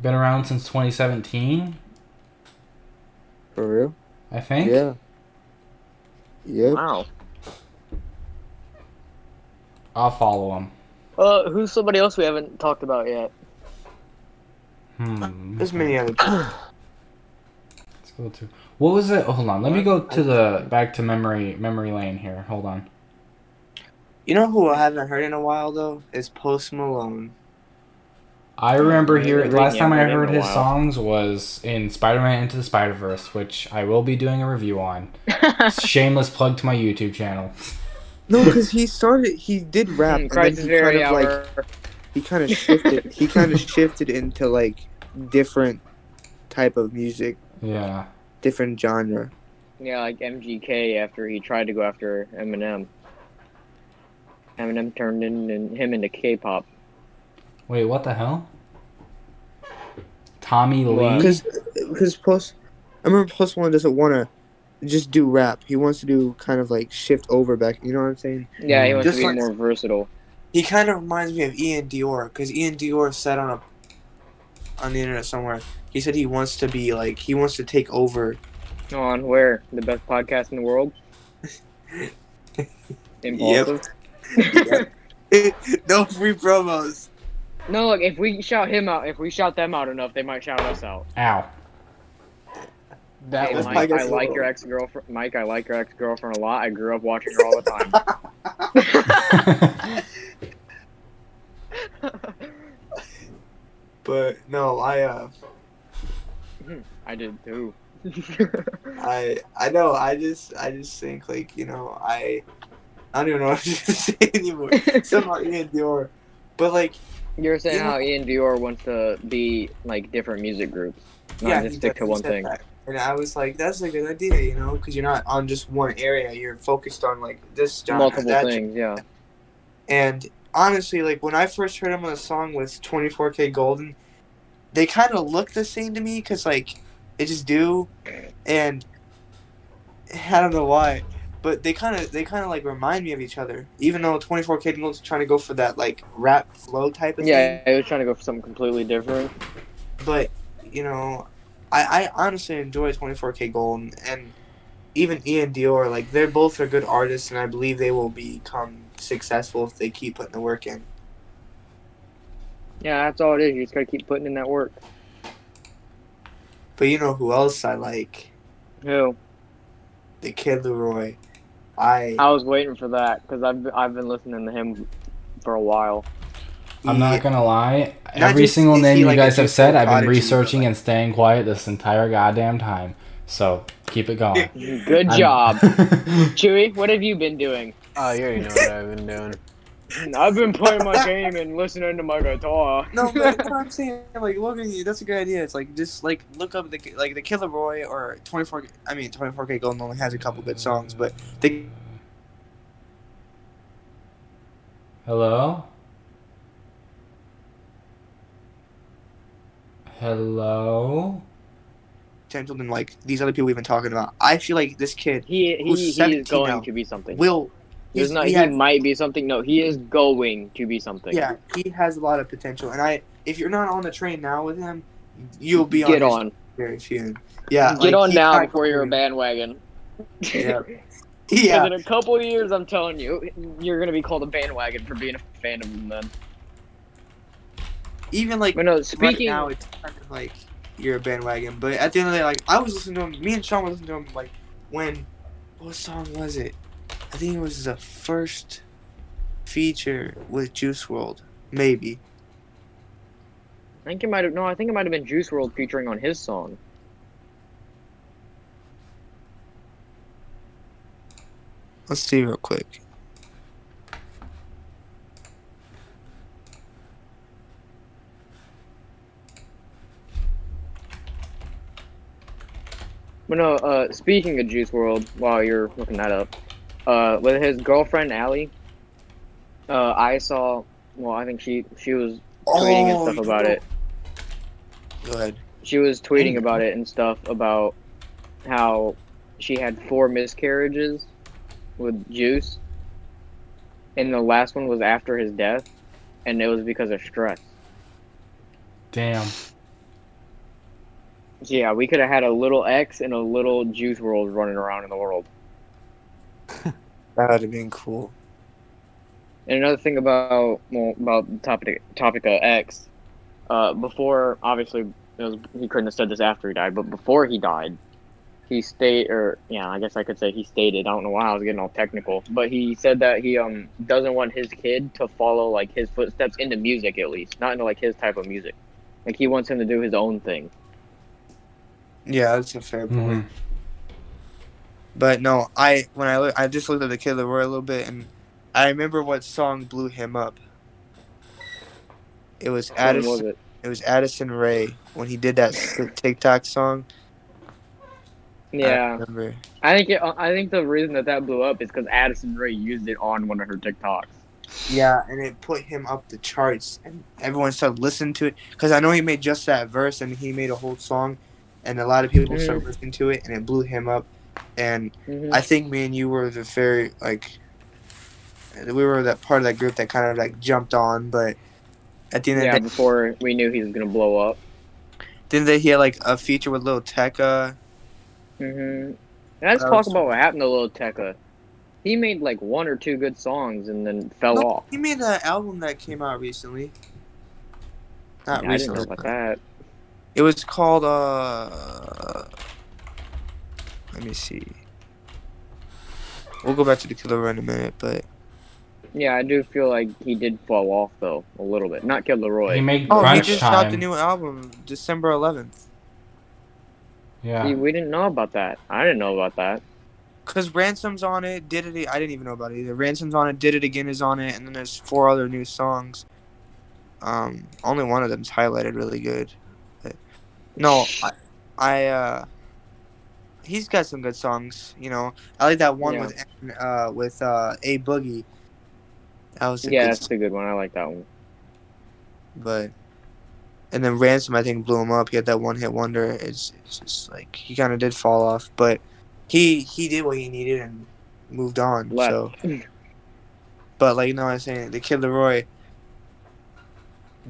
Speaker 4: been around since 2017,
Speaker 1: for real,
Speaker 4: I think.
Speaker 1: yeah.
Speaker 2: wow.
Speaker 4: I'll follow him.
Speaker 2: Uh, who's somebody else we haven't talked about yet?
Speaker 4: Hmm.
Speaker 1: There's many other people.
Speaker 4: Let's go to. What was it? Hold on. Let me go to the back to memory memory lane here. Hold on.
Speaker 1: You know who I haven't heard in a while though is Post Malone.
Speaker 4: I remember here
Speaker 2: Yeah,
Speaker 4: last time I
Speaker 2: yeah, been
Speaker 4: heard
Speaker 2: a
Speaker 4: his
Speaker 2: while.
Speaker 4: songs was in Spider-Man Into the Spider-Verse, which I will be doing a review on. Shameless plug to my YouTube channel.
Speaker 1: No, because he started. He did rap, and then
Speaker 2: Crisis
Speaker 1: he kind
Speaker 2: Very
Speaker 1: of like
Speaker 2: Hour.
Speaker 1: he kind of shifted. he kind of shifted into like different type of music,
Speaker 4: Yeah.
Speaker 1: different genre.
Speaker 2: Yeah, like MGK after he tried to go after Eminem. Eminem turned in and him into K-pop.
Speaker 4: Wait, what the hell? Tommy
Speaker 2: What?
Speaker 4: Lee.
Speaker 1: Because because Post, I remember Post Malone doesn't want to just do rap. He wants to do kind of like shift over back. You know what I'm saying?
Speaker 2: Yeah, he wants
Speaker 1: Just
Speaker 2: to be
Speaker 1: like-
Speaker 2: more versatile.
Speaker 1: He kind of reminds me of Ian Dior because Ian Dior said on a on the internet somewhere. He said he wants to be like he wants to take over.
Speaker 2: On where the best podcast in the world. Impulsive.
Speaker 1: no free promos.
Speaker 2: No, look, if we shout him out, if we shout them out enough, they might shout us out.
Speaker 4: Ow.
Speaker 3: That
Speaker 2: Hey,
Speaker 1: was
Speaker 3: was
Speaker 1: my-
Speaker 2: Mike, I
Speaker 3: my.
Speaker 1: podcast
Speaker 2: like
Speaker 1: world.
Speaker 2: your ex girlfriend. Mike, I like your ex girlfriend a lot. I grew up watching her all the time.
Speaker 1: But no, I uh.
Speaker 2: I did too.
Speaker 1: I I know. I just I just think like you know I I don't even know what to say anymore. Somehow Ian Dior, but like
Speaker 2: you were saying
Speaker 1: Yeah.
Speaker 2: how Ian Dior wants to be like different music groups, not
Speaker 1: yeah,
Speaker 2: just
Speaker 1: he
Speaker 2: stick
Speaker 1: does-
Speaker 2: to
Speaker 1: he
Speaker 2: one
Speaker 1: said
Speaker 2: thing.
Speaker 1: that. And I was like, that's a good idea, you know, because you're not on just one area. You're focused on like this genre,
Speaker 2: Multiple
Speaker 1: that genre.
Speaker 2: things, yeah.
Speaker 1: And honestly, like when I first heard him on the song with 24K Golden, they kind of look the same to me because like they just do, and I don't know why, but they kind of they kind of like remind me of each other. Even though 24K Golden's trying to go for that like rap flow type of
Speaker 2: Yeah,
Speaker 1: thing,
Speaker 2: I was trying to go for something completely different.
Speaker 1: but you know, I I honestly enjoy 24K Golden and. Even Ian Dior, like they're both are good artists, and I believe they will become successful if they keep putting the work in.
Speaker 2: Yeah, that's all it is. You just gotta keep putting in that work.
Speaker 1: But you know who else I like?
Speaker 2: Who?
Speaker 1: The Kid Leroy. I
Speaker 2: I was waiting for that because I've I've been listening to him for a while.
Speaker 4: I'm not gonna lie.
Speaker 1: Not
Speaker 4: Every
Speaker 1: just-
Speaker 4: single
Speaker 1: is
Speaker 4: name
Speaker 1: he
Speaker 4: you
Speaker 1: like a
Speaker 4: guys have
Speaker 1: just
Speaker 4: said, I've
Speaker 1: prodigy,
Speaker 4: been
Speaker 1: but
Speaker 4: researching
Speaker 1: like-
Speaker 4: and staying quiet this entire goddamn time. So keep it going.
Speaker 2: Good
Speaker 4: I'm-
Speaker 2: job, Chewy. What have you been doing?
Speaker 3: Oh, you already know what I've been doing.
Speaker 2: I've been playing my game and listening to my guitar.
Speaker 1: No, but that's what I'm saying. Like Logan, that's a good idea. It's like just like look up the like the Kid Leroy or 24. I mean 24K Golden only has a couple good songs, but the
Speaker 4: Hello. Hello.
Speaker 1: potential than like these other people we've been talking about. I feel like this kid
Speaker 2: he
Speaker 1: Who's
Speaker 2: he, he
Speaker 1: 17
Speaker 2: is going
Speaker 1: now.
Speaker 2: to be something.
Speaker 1: will.
Speaker 2: There's
Speaker 1: he's-
Speaker 2: not,
Speaker 1: he
Speaker 2: he
Speaker 1: has-
Speaker 2: might be something. No, he is going to be something.
Speaker 1: yeah, he has a lot of potential, and I if you're not on the train now with him, you'll be his
Speaker 2: Get on.
Speaker 1: very soon. Yeah,
Speaker 2: Get
Speaker 1: like,
Speaker 2: on
Speaker 1: he
Speaker 2: now
Speaker 1: kinda-
Speaker 2: before you're a bandwagon.
Speaker 1: Yeah.
Speaker 2: Because
Speaker 1: yeah.
Speaker 2: in a couple of years, I'm telling you, you're gonna be called a bandwagon for being a fan of them. Then.
Speaker 1: Even like
Speaker 2: But no,
Speaker 1: right
Speaker 2: speaking.
Speaker 1: now, it's kind of like you're a bandwagon. But at the end of the day, like I was listening to him. Me and Sean were listening to him like when what song was it? I think it was the first feature with Juice World, maybe.
Speaker 2: I think it might have. No, I think it might have been Juice World featuring on his song.
Speaker 1: Let's see real quick.
Speaker 2: But no, uh, speaking of Juice World, while you're looking that up, uh, with his girlfriend Allie, uh, I saw. Well, I think she she was tweeting
Speaker 1: Oh,
Speaker 2: and stuff about it.
Speaker 1: Good.
Speaker 2: She was tweeting
Speaker 1: Dang.
Speaker 2: about it and stuff about how she had four miscarriages with Juice, and the last one was after his death, and it was because of stress.
Speaker 4: Damn.
Speaker 2: Yeah, we could have had a little X and a little Juice World running around in the world.
Speaker 1: That would have been cool.
Speaker 2: And another thing about well, about the topic topic of X, uh, before obviously it was, he couldn't have said this after he died, but before he died, he state or yeah, I guess I could say he stated. I don't know why I was getting all technical, but he said that he um doesn't want his kid to follow like his footsteps into music at least, not into like his type of music. Like he wants him to do his own thing.
Speaker 1: Yeah, that's a fair point.
Speaker 4: hmm
Speaker 1: But no, I when I look, I just looked at the Kid Leroy a little bit, and I remember what song blew him up. It was
Speaker 2: What was
Speaker 1: Addison. it?
Speaker 2: it?
Speaker 1: was Addison Ray when he did that s- TikTok song. I
Speaker 2: Yeah,
Speaker 1: remember.
Speaker 2: I think it, I think the reason that that blew up is because Addison Ray used it on one of her TikToks.
Speaker 1: Yeah, and it put him up the charts, and everyone started listening to it because I know he made just that verse, and he made a whole song, and a lot of people
Speaker 2: Mhm.
Speaker 1: started listening to it, and it blew him up. And
Speaker 2: Mm-hmm.
Speaker 1: I think me and you were the very like we were that part of that group that kind of like jumped on, but at the end of
Speaker 2: yeah,
Speaker 1: the day,
Speaker 2: before we knew he was gonna blow up.
Speaker 1: didn't they hear like a feature with Lil Tecca?
Speaker 2: hmm Let's
Speaker 1: Mm-hmm. That
Speaker 2: talk
Speaker 1: was-
Speaker 2: about what happened to Lil Tecca. He made like one or two good songs and then fell
Speaker 1: No,
Speaker 2: off.
Speaker 1: He made an album that came out recently. Not
Speaker 2: Yeah, I didn't know
Speaker 1: recently.
Speaker 2: about that.
Speaker 1: It was called uh let me see. We'll go back to the killer in a minute, but
Speaker 2: Yeah, I do feel like he did fall off though a little bit. Not Kid Leroy.
Speaker 4: He
Speaker 2: He,
Speaker 4: made
Speaker 1: Oh, he
Speaker 4: crunch
Speaker 1: just dropped
Speaker 4: time.
Speaker 1: a new album December eleventh.
Speaker 4: yeah.
Speaker 2: we didn't know about that. I didn't know about that.
Speaker 1: Cause Ransom's on it, did it. I didn't even know about it either. Ransom's on it, did it again is on it, and then there's four other new songs. Um, only one of them's highlighted really good. But, no, I, I uh, he's got some good songs. You know, I like that one
Speaker 2: Yeah.
Speaker 1: with uh with uh a boogie. That was a
Speaker 2: Yeah,
Speaker 1: good,
Speaker 2: that's a good one. I like that one.
Speaker 1: but and then Ransom I think blew him up. He had that one hit wonder. It's, it's just like he kind of did fall off, but he he did what he needed and moved on.
Speaker 2: Left.
Speaker 1: So, but like you know what I'm saying, the kid Leroy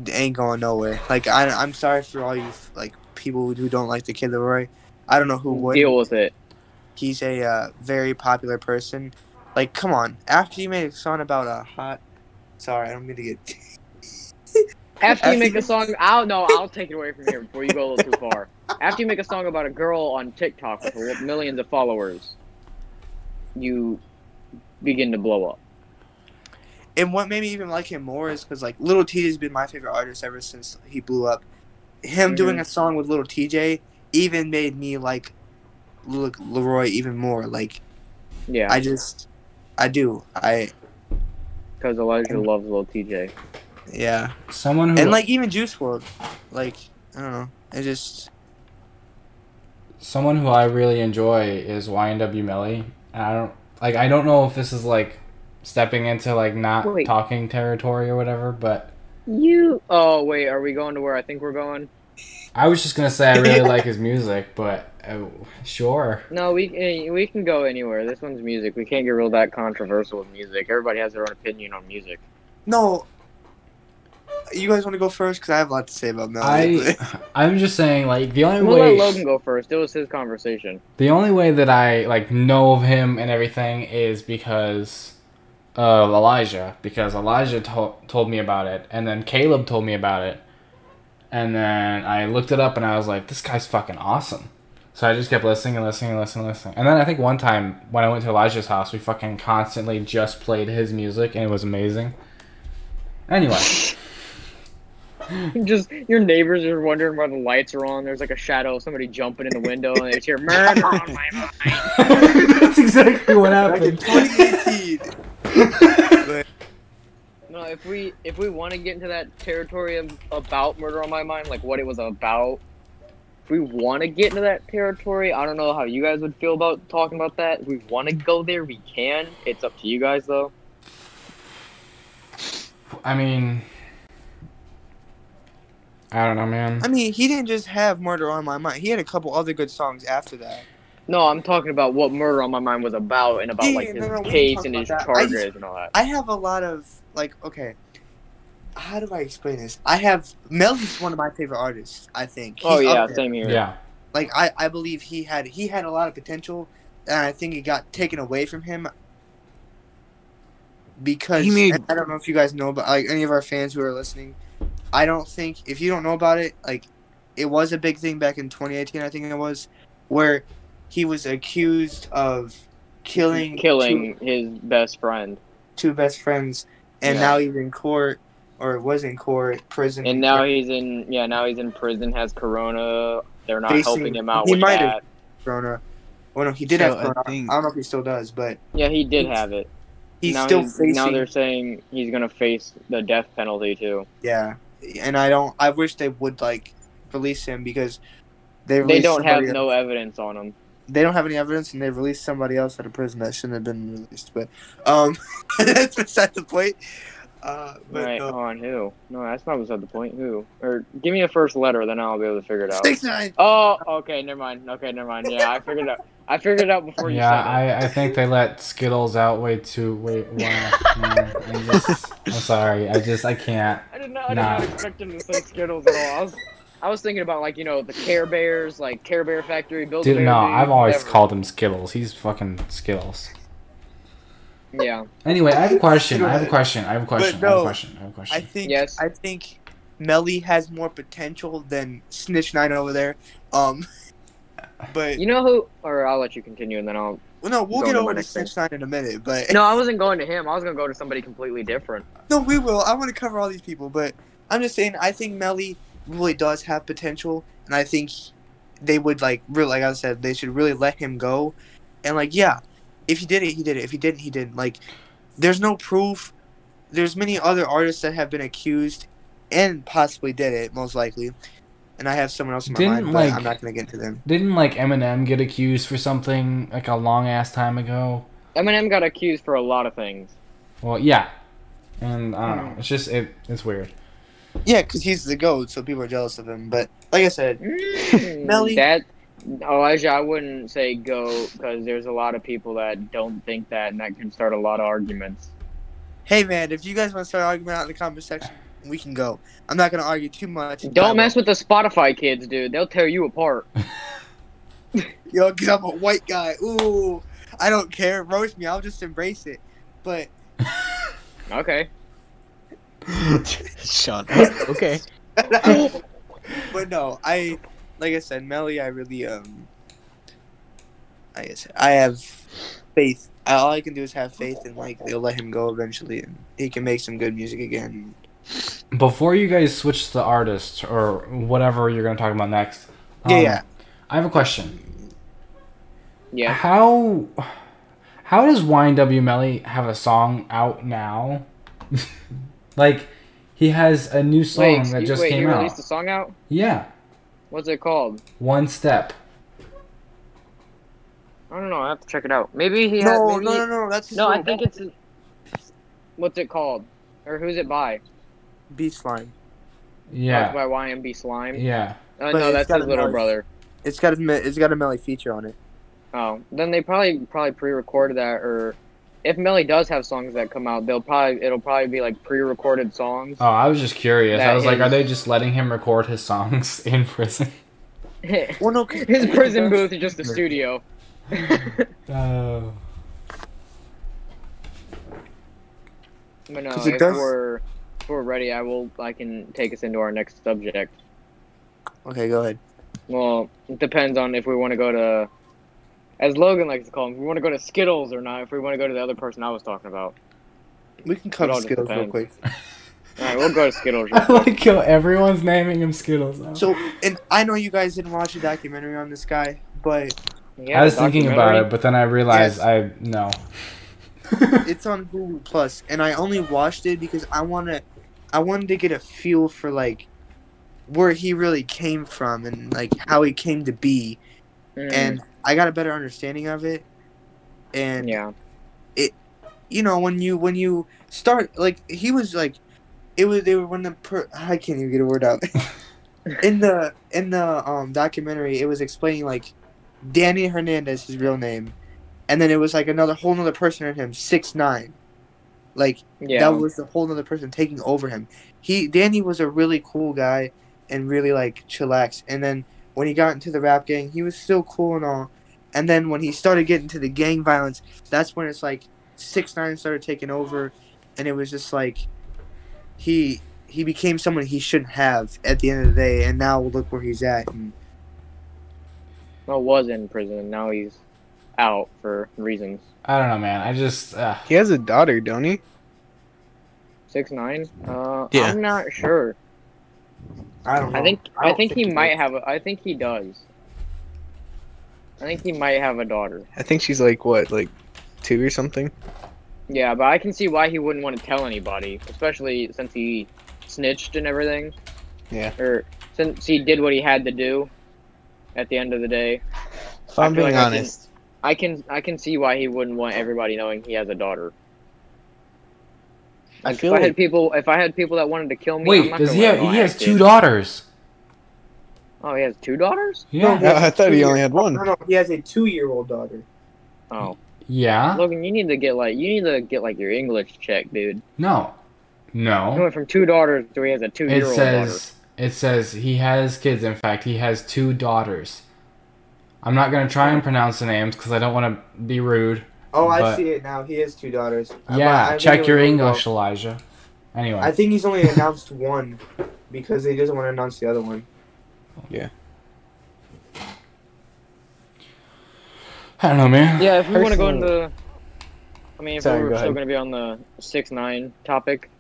Speaker 1: ain't going nowhere. Like I I'm sorry for all you like people who don't like the kid Leroy. I don't know who would.
Speaker 2: Deal with it.
Speaker 1: He's a uh, very popular person. Like come on, after you made a song about a hot. Sorry, I don't mean to get.
Speaker 2: After you
Speaker 1: After-
Speaker 2: make a song, I'll no, I'll take it away from here before you go a little too far. After you make a song about a girl on TikTok with li- millions of followers, you begin to blow up.
Speaker 1: and what made me even like him more is because like little tj's been my favorite artist ever since he blew up him
Speaker 2: Mhm.
Speaker 1: doing a song with little tj even made me like look leroy even more like
Speaker 2: Yeah,
Speaker 1: i just i do i
Speaker 2: because Elijah loves little TJ.
Speaker 1: yeah
Speaker 4: Someone who
Speaker 1: and like even juice world like i don't know i just
Speaker 4: someone who I really enjoy is YNW Melly. And I don't like I don't know if this is like stepping into like not
Speaker 2: Wait.
Speaker 4: talking territory or whatever, but
Speaker 2: You. Oh wait, are we going to where I think we're going?
Speaker 4: I was just gonna say I really like his music, but uh, sure.
Speaker 2: No, we eh, we can go anywhere. This one's music. We can't get real that controversial with music. Everybody has their own opinion on music.
Speaker 1: no you guys want to go first? Because I have a lot to say about Mel.
Speaker 4: I I'm just saying like the only
Speaker 2: We'll
Speaker 4: way
Speaker 2: let Logan go first. It was his conversation.
Speaker 4: the only way that I like know of him and everything is because of Elijah because Elijah to- told me about it and then Caleb told me about it and then I looked it up and I was like this guy's fucking awesome. So I just kept listening and listening and listening and listening. And then I think one time when I went to Elijah's house, we fucking constantly just played his music and it was amazing. Anyway,
Speaker 2: Just your neighbors are wondering why the lights are on. There's like a shadow, of somebody jumping in the window, and they just hear murder on my mind.
Speaker 4: that's exactly what
Speaker 1: Back in
Speaker 4: happened.
Speaker 1: 2018.
Speaker 2: No, if we if we want to get into that territory of, about murder on my mind, like what it was about, if we want to get into that territory, I don't know how you guys would feel about talking about that. If we want to go there, we can. It's up to you guys though.
Speaker 4: I mean, I don't know, man.
Speaker 1: I mean, he didn't just have Murder on My Mind. He had a couple other good songs after that.
Speaker 2: No, I'm talking about what murder on my mind was about and about
Speaker 1: Yeah,
Speaker 2: like
Speaker 1: yeah,
Speaker 2: his
Speaker 1: no, no, we can
Speaker 2: case
Speaker 1: talk
Speaker 2: and
Speaker 1: about
Speaker 2: his
Speaker 1: that. I
Speaker 2: charges
Speaker 1: just-
Speaker 2: and all that.
Speaker 1: I have a lot of like okay. How do I explain this? I have Mel is one of my favorite artists. I think.
Speaker 2: Oh
Speaker 1: He's
Speaker 2: yeah,
Speaker 1: up there.
Speaker 2: same here.
Speaker 4: Yeah,
Speaker 1: Like I, I believe he had he had a lot of potential, and I think it got taken away from him because
Speaker 2: He made-
Speaker 1: and I don't know if you guys know about like any of our fans who are listening. I don't think if you don't know about it, like it was a big thing back in 2018. I think it was where he was accused of killing two-
Speaker 2: Killing his best friend,
Speaker 1: two best friends, and
Speaker 2: Yeah.
Speaker 1: now he's in court or was in court, prison.
Speaker 2: and now he's in yeah now he's in prison. Has corona. They're not
Speaker 1: Facing-
Speaker 2: helping him out
Speaker 1: he
Speaker 2: with
Speaker 1: might have-
Speaker 2: that.
Speaker 1: corona. Well, no, he did
Speaker 3: So,
Speaker 1: have
Speaker 3: I
Speaker 1: corona. I,
Speaker 3: think-
Speaker 1: don't know if he still does, but
Speaker 2: Yeah, he did have it.
Speaker 1: he's
Speaker 2: now
Speaker 1: still facing.
Speaker 2: now they're saying he's gonna face the death penalty too.
Speaker 1: yeah, and I don't. I wish they would like release him because they
Speaker 2: They
Speaker 1: released
Speaker 2: don't have
Speaker 1: somebody else-
Speaker 2: no evidence on him.
Speaker 1: They don't have any evidence, and they released somebody else out of prison that shouldn't have been released. But um, that's beside the point. Uh, but
Speaker 2: right Oh,
Speaker 1: uh,
Speaker 2: on who? No, that's not beside the point. Who? Or give me a first letter, then I'll be able to figure it out.
Speaker 1: six nine.
Speaker 2: Oh, okay, never mind. Okay, never mind. Yeah, I figured it out. I figured it out before you
Speaker 4: yeah.
Speaker 2: said it.
Speaker 4: I, I think they let Skittles out way too. Wait, wow. man, I'm, just, I'm sorry. I just I can't.
Speaker 2: I did not. I did
Speaker 4: Nah.
Speaker 2: not expect him to say Skittles at all. I was, I was thinking about like you know the Care Bears, like Care Bear Factory. Build
Speaker 4: Dude, no. I've always called him Skittles. He's fucking Skittles.
Speaker 2: Yeah,
Speaker 4: Anyway, I have a question. I have a question. I have a question. I have
Speaker 1: no,
Speaker 4: a question. I have a question.
Speaker 1: I think
Speaker 2: Yes.
Speaker 1: I think Melly has more potential than Snitch Nine over there. Um, but
Speaker 2: you know who? Or I'll let you continue, and then I'll.
Speaker 1: well, no, we'll
Speaker 2: Go
Speaker 1: get
Speaker 2: to my
Speaker 1: over to
Speaker 2: next thing.
Speaker 1: Snitch Nine in a minute. But
Speaker 2: No, I wasn't going to him. I was gonna go to somebody completely different.
Speaker 1: no, we will. I want to cover all these people, but I'm just saying. I think Melly really does have potential, and I think they would like really, like I said, they should really let him go. And like, yeah, if he did it, he did it. If he didn't, he didn't. Like, there's no proof. There's many other artists that have been accused and possibly did it, most likely. And I have someone else in my
Speaker 4: Didn't,
Speaker 1: mind, but
Speaker 4: like-
Speaker 1: I'm not gonna get into them.
Speaker 4: Didn't like Eminem get accused for something like a long ass time ago?
Speaker 2: Eminem got accused for a lot of things.
Speaker 4: Well, yeah. And I
Speaker 2: Mm.
Speaker 4: don't know. It's just it. It's weird.
Speaker 1: Yeah, because he's the goat, so people are jealous of him. But like I said,
Speaker 4: Mm.
Speaker 1: Melly-
Speaker 2: That Elijah, I wouldn't say go because there's a lot of people that don't think that, and that can start a lot of arguments.
Speaker 1: hey man, if you guys want to start arguing out in the comment section, we can go. I'm not gonna argue too much.
Speaker 2: Don't mess with the Spotify kids, dude. They'll tear you apart.
Speaker 1: yo, because I'm a white guy. Ooh, I don't care. Roast me. I'll just embrace it. But
Speaker 2: Okay.
Speaker 3: Shut up. Okay.
Speaker 1: but no, I like I said, Melly. I really um, I guess I have faith. All I can do is have faith, and like they'll let him go eventually, and he can make some good music again.
Speaker 4: Before you guys switch to the artist or whatever you're gonna talk about next, um,
Speaker 1: Yeah, yeah.
Speaker 4: I have a question.
Speaker 2: Yeah.
Speaker 4: How how does YNW Melly have a song out now? like he has a new song
Speaker 2: wait,
Speaker 4: that
Speaker 2: you-
Speaker 4: just
Speaker 2: wait,
Speaker 4: came
Speaker 2: you
Speaker 4: out.
Speaker 2: released a song out?
Speaker 4: Yeah,
Speaker 2: What's it called?
Speaker 4: one step.
Speaker 2: I don't know. I have to check it out. Maybe he had.
Speaker 1: No, no,
Speaker 2: maybe-
Speaker 1: no, no. That's
Speaker 2: No, I think it's. What's it called? Or who's it by?
Speaker 1: Beast Line.
Speaker 2: Oh,
Speaker 4: Yeah,
Speaker 2: By YMB Slime.
Speaker 4: yeah.
Speaker 1: But
Speaker 2: Uh, no,
Speaker 1: it's
Speaker 2: that's
Speaker 1: got
Speaker 2: his
Speaker 1: a
Speaker 2: little
Speaker 1: noise.
Speaker 2: brother.
Speaker 1: It's got a me- it's got a Melly feature on it.
Speaker 2: Um, Oh, then they probably probably pre-recorded that or if Melly does have songs that come out, they'll probably it'll probably be like pre-recorded songs.
Speaker 4: Oh, I was just curious. I
Speaker 2: That
Speaker 4: was like,
Speaker 2: is-
Speaker 4: are they just letting him record his songs in prison?
Speaker 2: His
Speaker 1: Well, no, 'cause-
Speaker 2: prison booth is just a studio.
Speaker 4: Oh.
Speaker 2: But no,
Speaker 1: 'Cause it
Speaker 2: if
Speaker 1: does-
Speaker 2: we're if we're ready, I will. I can take us into our next subject.
Speaker 1: Okay, go ahead.
Speaker 2: Well, it depends on if we want to go to, as Logan likes to call them, if we want to go to Skittles or not. If we want to go to the other person I was talking about.
Speaker 1: We can cut
Speaker 2: It all
Speaker 1: off Skittles real
Speaker 2: depends.
Speaker 1: quick.
Speaker 2: All right, we'll go to Skittles.
Speaker 4: I like how everyone's naming him Skittles. Now.
Speaker 1: So, and I know you guys didn't watch a documentary on this guy, but
Speaker 2: Yeah,
Speaker 4: I was thinking about it, but then I realized
Speaker 1: Yes.
Speaker 4: I no.
Speaker 1: it's on Hulu Plus, and I only watched it because I wanna, I wanted to get a feel for like where he really came from and like how he came to be, and I got a better understanding of it. And
Speaker 2: Mm, yeah,
Speaker 1: you know when you when you start like he was like it was they were when the per- I can't even get a word out in the in the um documentary it was explaining like Danny Hernandez his real name and then it was like another whole nother person in him six nine like
Speaker 2: yeah,
Speaker 1: that was the whole nother person taking over him he Danny was a really cool guy and really like chillax and then when he got into the rap gang he was still cool and all and then when he started getting to the gang violence that's when it's like six nine started taking over and it was just like he he became someone he shouldn't have at the end of the day and now look where he's at and
Speaker 2: well, was in prison. Now he's out for reasons.
Speaker 4: I don't know, man. I just uh,
Speaker 3: He has a daughter, don't he?
Speaker 2: Six nine. Uh,
Speaker 3: Yeah.
Speaker 2: I'm not sure.
Speaker 1: I don't know.
Speaker 2: I think I,
Speaker 1: don't
Speaker 2: think he might
Speaker 1: does.
Speaker 2: have. A, I think he does. I think he might have a daughter.
Speaker 3: I think she's like what, like two or something.
Speaker 2: Yeah, but I can see why he wouldn't want to tell anybody, especially since he snitched and everything.
Speaker 3: Yeah.
Speaker 2: Or since he did what he had to do. At the end of the day,
Speaker 3: If I'm
Speaker 2: I feel like
Speaker 3: being
Speaker 2: I can-
Speaker 3: honest,
Speaker 2: I can I can see why he wouldn't want everybody knowing he has a daughter.
Speaker 3: I
Speaker 2: If
Speaker 3: feel
Speaker 2: I
Speaker 3: like
Speaker 2: had people, if I had people that wanted to kill me, I'm
Speaker 4: wait.
Speaker 2: not
Speaker 4: Does
Speaker 2: gonna
Speaker 4: he
Speaker 2: let
Speaker 4: have?
Speaker 2: them know
Speaker 4: He
Speaker 2: I
Speaker 4: has
Speaker 2: did.
Speaker 4: two daughters.
Speaker 2: Oh, he has two daughters.
Speaker 4: Yeah.
Speaker 1: No,
Speaker 3: I thought he only had one.
Speaker 1: no no he has a two year old daughter
Speaker 2: Oh,
Speaker 4: Yeah.
Speaker 2: Logan, you need to get like you need to get like your English check, dude.
Speaker 4: No.
Speaker 2: He
Speaker 4: No.
Speaker 2: went from two daughters to he has a
Speaker 4: It
Speaker 2: two-year-old daughter.
Speaker 4: says. It says he has kids. In fact, he has two daughters. I'm not gonna try and pronounce the names because I don't want to be rude.
Speaker 1: oh I
Speaker 4: But-
Speaker 1: see it now he has two daughters I-
Speaker 4: yeah.
Speaker 1: I think it
Speaker 4: check
Speaker 1: was
Speaker 4: your
Speaker 1: wrong.
Speaker 4: English, Elijah. Anyway.
Speaker 1: I think he's only announced one because he doesn't want to announce the other one.
Speaker 4: I don't know, man.
Speaker 2: Yeah, if we want to go
Speaker 3: Personally-
Speaker 2: into, I mean, if
Speaker 3: Sorry,
Speaker 2: we
Speaker 3: go
Speaker 2: we're still
Speaker 3: ahead.
Speaker 2: going to be on the six nine topic,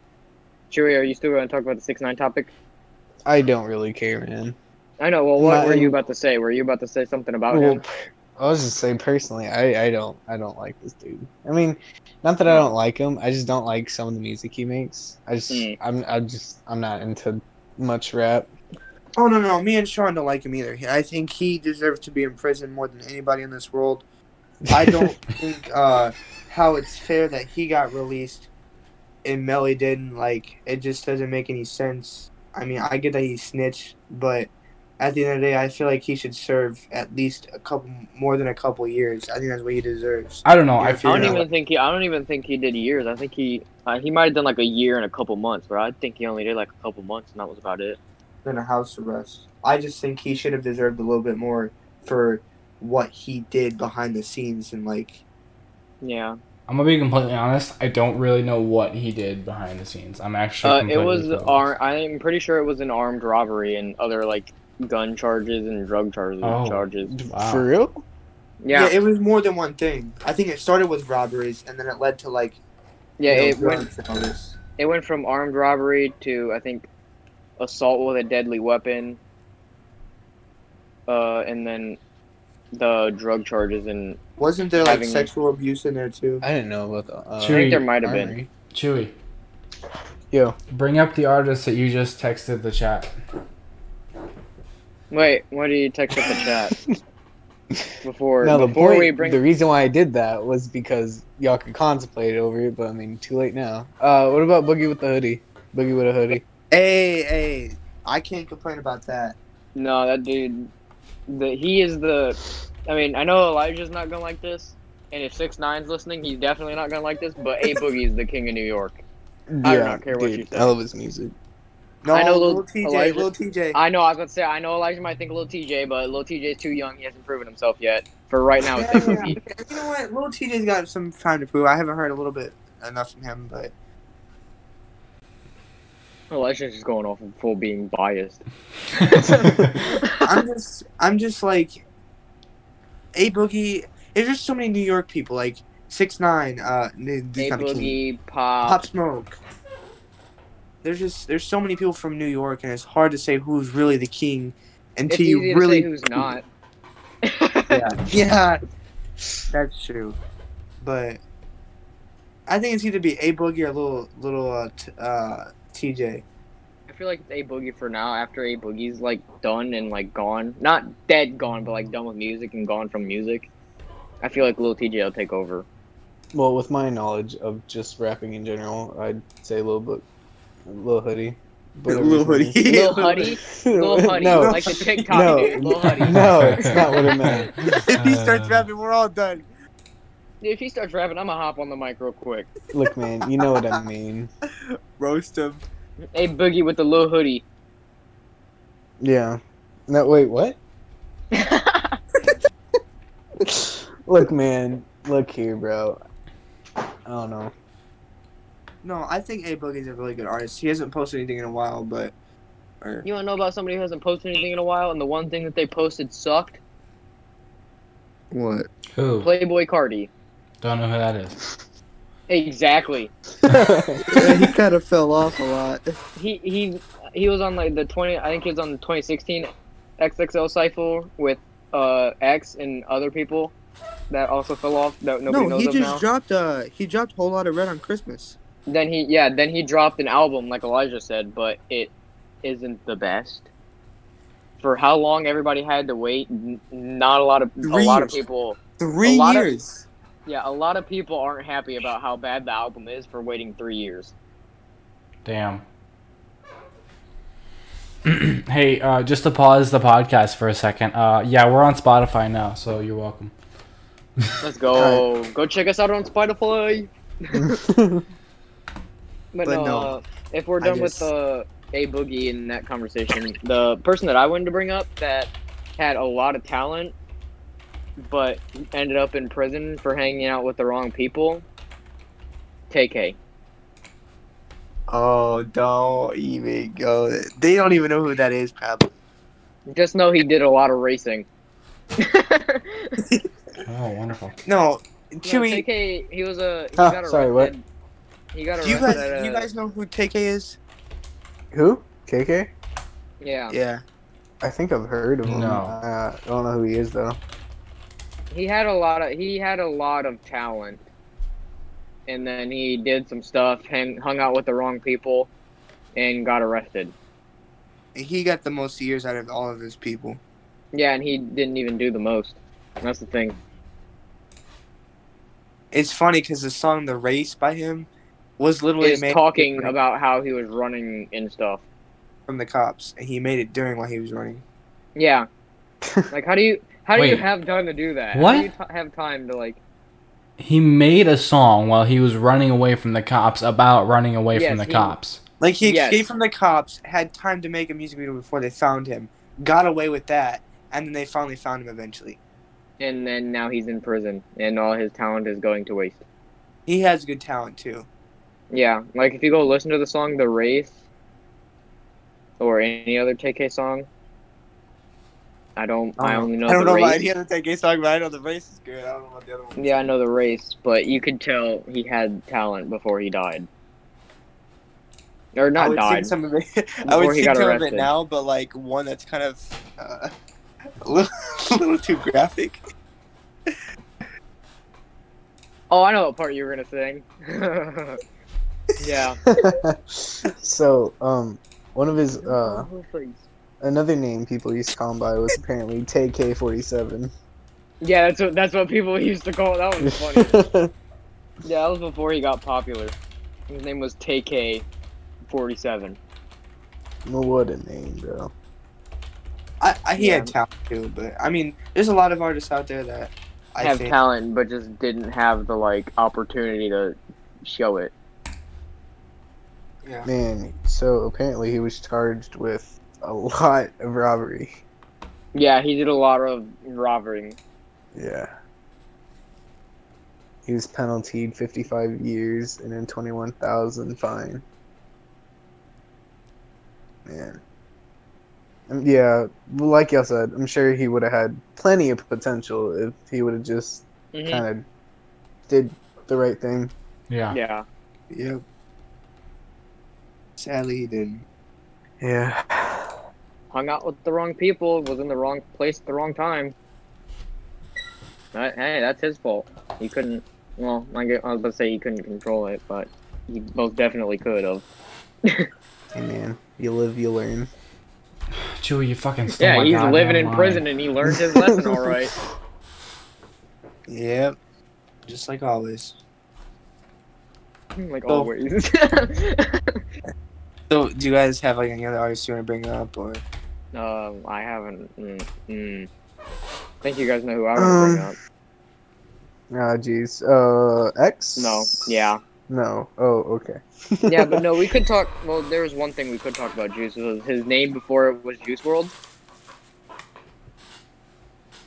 Speaker 2: Chewy, are you still going to talk about the six nine topic?
Speaker 3: I don't really care, man.
Speaker 2: I know. Well, what
Speaker 3: No,
Speaker 2: were you
Speaker 3: I-
Speaker 2: about to say? Were you about to say something about
Speaker 3: Well,
Speaker 2: him?
Speaker 3: per- I was just saying personally, I, I don't I don't like this dude. I mean, not that I don't like him, I just don't like some of the music he makes. I just
Speaker 2: Mm.
Speaker 3: I'm I'm just I'm not into much rap.
Speaker 1: Oh no, no, me and Sean don't like him either. He- I think he deserves to be in prison more than anybody in this world. I don't think uh, how it's fair that he got released and Melly didn't. Like it just doesn't make any sense. I mean, I get that he snitched, but at the end of the day, I feel like he should serve at least a couple more than a couple years. I think that's what he deserves.
Speaker 4: I don't know. I
Speaker 1: Yeah,
Speaker 4: feel
Speaker 2: I don't
Speaker 1: you're
Speaker 4: like
Speaker 1: not-
Speaker 2: even think he. I don't even think he did years. I think he. Uh, he might have done like a year and a couple months, but I think he only did like a couple months, and that was about it.
Speaker 1: Than a house arrest. I just think he should have deserved a little bit more for what he did behind the scenes and like
Speaker 2: Yeah.
Speaker 4: I'm gonna be completely honest. I don't really know what he did behind the scenes. I'm actually.
Speaker 2: Uh, it
Speaker 4: completely
Speaker 2: was
Speaker 4: clueless.
Speaker 2: ar- I'm pretty sure it was an armed robbery and other like gun charges and drug charges.
Speaker 4: Oh.
Speaker 2: Charges.
Speaker 4: Wow.
Speaker 3: For real?
Speaker 1: Yeah.
Speaker 2: Yeah.
Speaker 1: it was more than one thing. I think it started with robberies, and then it led to like
Speaker 2: yeah.
Speaker 1: you know,
Speaker 2: It went
Speaker 1: drugs and all this.
Speaker 2: it went from armed robbery to I think assault with a deadly weapon, uh, and then the drug charges and uh,
Speaker 1: Wasn't there like
Speaker 2: Having-
Speaker 1: sexual abuse in there too?
Speaker 3: I didn't know about the uh,
Speaker 4: Chewy. I think
Speaker 2: there might have been.
Speaker 3: armory.
Speaker 4: Chewy.
Speaker 3: Yo.
Speaker 4: Bring up the artist that you just texted the chat.
Speaker 2: wait, what do you text up the chat before
Speaker 3: No, the
Speaker 2: before
Speaker 3: point,
Speaker 2: we bring
Speaker 3: the reason why I did that was because y'all could contemplate over it, but I mean, too late now. Uh, what about Boogie with the hoodie? Boogie with a hoodie.
Speaker 1: Hey, hey, I can't complain about that.
Speaker 2: no that dude the he is the I mean I know Elijah's not gonna like this and if Six Nine's listening, he's definitely not gonna like this. But A Boogie's the king of New York. I do not care what you
Speaker 5: dude,
Speaker 2: think.
Speaker 5: I love his music.
Speaker 1: No,
Speaker 2: I know Lil-
Speaker 1: little TJ,
Speaker 2: Elijah-
Speaker 1: little TJ.
Speaker 2: I know. I was about to say. I know Elijah might think a little TJ, but little TJ's too young. He hasn't proven himself yet. For right now, it's A Boogie.
Speaker 1: You know what? Little TJ's got some time to prove. I haven't heard a little bit enough from him, but
Speaker 2: Elijah's just going off of full being biased.
Speaker 1: I'm just, I'm just like, a boogie. There's just so many New York people, like six nine, uh, these
Speaker 2: A
Speaker 1: kind of king.
Speaker 2: Boogie, uh, Pop,
Speaker 1: Pop Smoke. There's just there's so many people from New York, and it's hard to say who's really the king
Speaker 2: It's
Speaker 1: until
Speaker 2: easy
Speaker 1: you
Speaker 2: to
Speaker 1: really
Speaker 2: say who's not.
Speaker 1: yeah, yeah, that's true. But I think it's either be a boogie or little little uh, t- uh, TJ.
Speaker 2: I feel like it's a boogie for now. After a boogie's like done and like gone, not dead gone, but like done with music and gone from music. I feel like Lil TJ will take over.
Speaker 5: Well, with my knowledge of just rapping in general, I'd say Lil Book, Lil Hoodie, whatever his name is.
Speaker 2: Lil Huddy, Lil Huddy,
Speaker 5: no,
Speaker 2: like the TikTok dude, Lil Huddy.
Speaker 5: no, it's not what it meant.
Speaker 1: if he starts
Speaker 4: Uh.
Speaker 1: rapping, we're all done.
Speaker 2: Dude, if he starts rapping, I'm gonna hop on the mic real quick.
Speaker 5: Look, man, you know what I mean.
Speaker 1: Roast him.
Speaker 2: A boogie with the Lil hoodie.
Speaker 5: Yeah. No, wait, what? Look, man, look here, bro. I don't know.
Speaker 1: No, I think A Boogie's a really good artist. He hasn't posted anything in a while, but or,
Speaker 2: You wanna know about somebody who hasn't posted anything in a while, and the one thing that they posted sucked?
Speaker 5: What?
Speaker 4: Who?
Speaker 2: Playboy Cardi.
Speaker 4: Don't know who that is.
Speaker 2: Exactly.
Speaker 5: he kind of fell off a lot.
Speaker 2: He he he was on like the twenty. I think he was on the 2016 XXL cipher with uh X and other people that also fell off that nobody
Speaker 1: no,
Speaker 2: knows
Speaker 1: he
Speaker 2: of
Speaker 1: just
Speaker 2: now.
Speaker 1: dropped uh he dropped a whole lot of red on Christmas.
Speaker 2: then he yeah then he dropped an album like Elijah said, but it isn't the best. For how long everybody had to wait, n- not a lot of
Speaker 1: Three
Speaker 2: a lot of
Speaker 1: years.
Speaker 2: people.
Speaker 1: Three
Speaker 2: A lot of-
Speaker 1: years.
Speaker 2: Yeah, a lot of people aren't happy about how bad the album is for waiting three years.
Speaker 4: Damn. hey, uh, just to pause the podcast for a second. Uh, yeah, we're on Spotify now, so you're welcome.
Speaker 2: Let's go. Go check us out on Spotify. But,
Speaker 1: But
Speaker 2: no,
Speaker 1: no.
Speaker 2: uh, if we're
Speaker 1: I
Speaker 2: done
Speaker 1: just-
Speaker 2: with uh, a boogie in that conversation, the person that I wanted to bring up that had a lot of talent, but ended up in prison for hanging out with the wrong people. KK.
Speaker 1: Oh, don't even go. They don't even know who that is, probably.
Speaker 2: Just know he did a lot of racing.
Speaker 4: Oh, wonderful.
Speaker 1: No,
Speaker 2: No,
Speaker 1: Chewy,
Speaker 2: KK, he was a. He
Speaker 5: Huh,
Speaker 2: got
Speaker 5: Ah, sorry, what?
Speaker 2: arrested. He got
Speaker 1: do you
Speaker 2: arrested.
Speaker 1: guys,
Speaker 2: at,
Speaker 1: do you
Speaker 2: uh,
Speaker 1: guys know who TK is?
Speaker 5: Who? KK?
Speaker 2: Yeah.
Speaker 1: Yeah.
Speaker 5: I think I've heard of him.
Speaker 4: No.
Speaker 5: Uh, I don't know who he is though.
Speaker 2: he had a lot of he had a lot of talent and then he did some stuff hang, hung out with the wrong people and got arrested
Speaker 1: He got the most years out of all of his people.
Speaker 2: yeah and he didn't even do the most that's the thing
Speaker 1: It's funny because the song "The Race" by him was literally
Speaker 2: he's
Speaker 1: made
Speaker 2: talking about how he was running and stuff
Speaker 1: from the cops, and he made it during while he was running.
Speaker 2: yeah like how do you how do you
Speaker 4: Wait.
Speaker 2: have time to do that how
Speaker 4: What?
Speaker 2: do you t- have time to like
Speaker 4: He made a song while he was running away from the cops about running away
Speaker 2: Yes,
Speaker 4: from the
Speaker 2: he-
Speaker 4: cops.
Speaker 1: Like he
Speaker 2: Yes.
Speaker 1: escaped from the cops, had time to make a music video before they found him, got away with that, and then they finally found him eventually.
Speaker 2: and then now he's in prison and all his talent is going to waste
Speaker 1: He has good talent too.
Speaker 2: Yeah, like if you go listen to the song "The Race" or any other KK song, I don't. I only know.
Speaker 1: Uh, Um, I don't
Speaker 2: the
Speaker 1: know about
Speaker 2: race.
Speaker 1: any other TK song, but I know "The Race" is good. I don't know about the other one.
Speaker 2: Yeah, I know the race, but you could tell he had talent before he died, or
Speaker 1: I
Speaker 2: not
Speaker 1: would
Speaker 2: died.
Speaker 1: sing some of it. I
Speaker 2: Before
Speaker 1: would
Speaker 2: he
Speaker 1: sing
Speaker 2: got
Speaker 1: some of it
Speaker 2: arrested.
Speaker 1: now, but like one that's kind of uh, a, little, a little too graphic.
Speaker 2: Oh, I know what part you were gonna sing. yeah.
Speaker 5: so, um, one of his uh, another name people used to call him by was apparently TK forty seven.
Speaker 2: yeah, that's what that's what people used to call. it. That was funny. yeah, that was before he got popular. His name was TK, forty-seven.
Speaker 5: what a name, bro.
Speaker 1: I, I, he
Speaker 2: Yeah.
Speaker 1: had talent too, but I mean, there's a lot of artists out there that I
Speaker 2: have
Speaker 1: think
Speaker 2: talent, but just didn't have the like opportunity to show it.
Speaker 1: yeah.
Speaker 3: Man, so apparently he was charged with a lot of robbery.
Speaker 2: Yeah, he did a lot of robbery.
Speaker 3: Yeah. He was penaltied 55 years and then 21,000 fine. Man. Um, Yeah, like y'all said, I'm sure he would have had plenty of potential if he would have just
Speaker 2: Mhm.
Speaker 3: kind of did the right thing.
Speaker 4: Yeah.
Speaker 2: Yeah.
Speaker 1: Yep. Sadly, he didn't.
Speaker 3: Yeah.
Speaker 2: hung out with the wrong people, was in the wrong place at the wrong time. But, hey, that's his fault. He couldn't. Well, I, get, I was about to say he couldn't control it, but he most definitely could have.
Speaker 3: Hey, man. You live, you learn.
Speaker 4: Chewy, you fucking stole
Speaker 2: Yeah,
Speaker 4: my
Speaker 2: he's
Speaker 4: goddamn
Speaker 2: living in
Speaker 4: line.
Speaker 2: prison and he learned his lesson, all right.
Speaker 1: Yep. Just like always.
Speaker 2: Like
Speaker 1: So-
Speaker 2: Oh. always.
Speaker 1: So, do you guys have like any other artists you want to bring up, or
Speaker 2: um, I haven't. Mm, mm. I think you guys know who I was bring
Speaker 3: Um,
Speaker 2: up.
Speaker 3: Ah, jeez. Uh, X?
Speaker 2: No, yeah,
Speaker 3: No. Oh, okay.
Speaker 2: yeah, but no, we could talk. Well, there was one thing we could talk about Juice. Was his name before it was Juice World?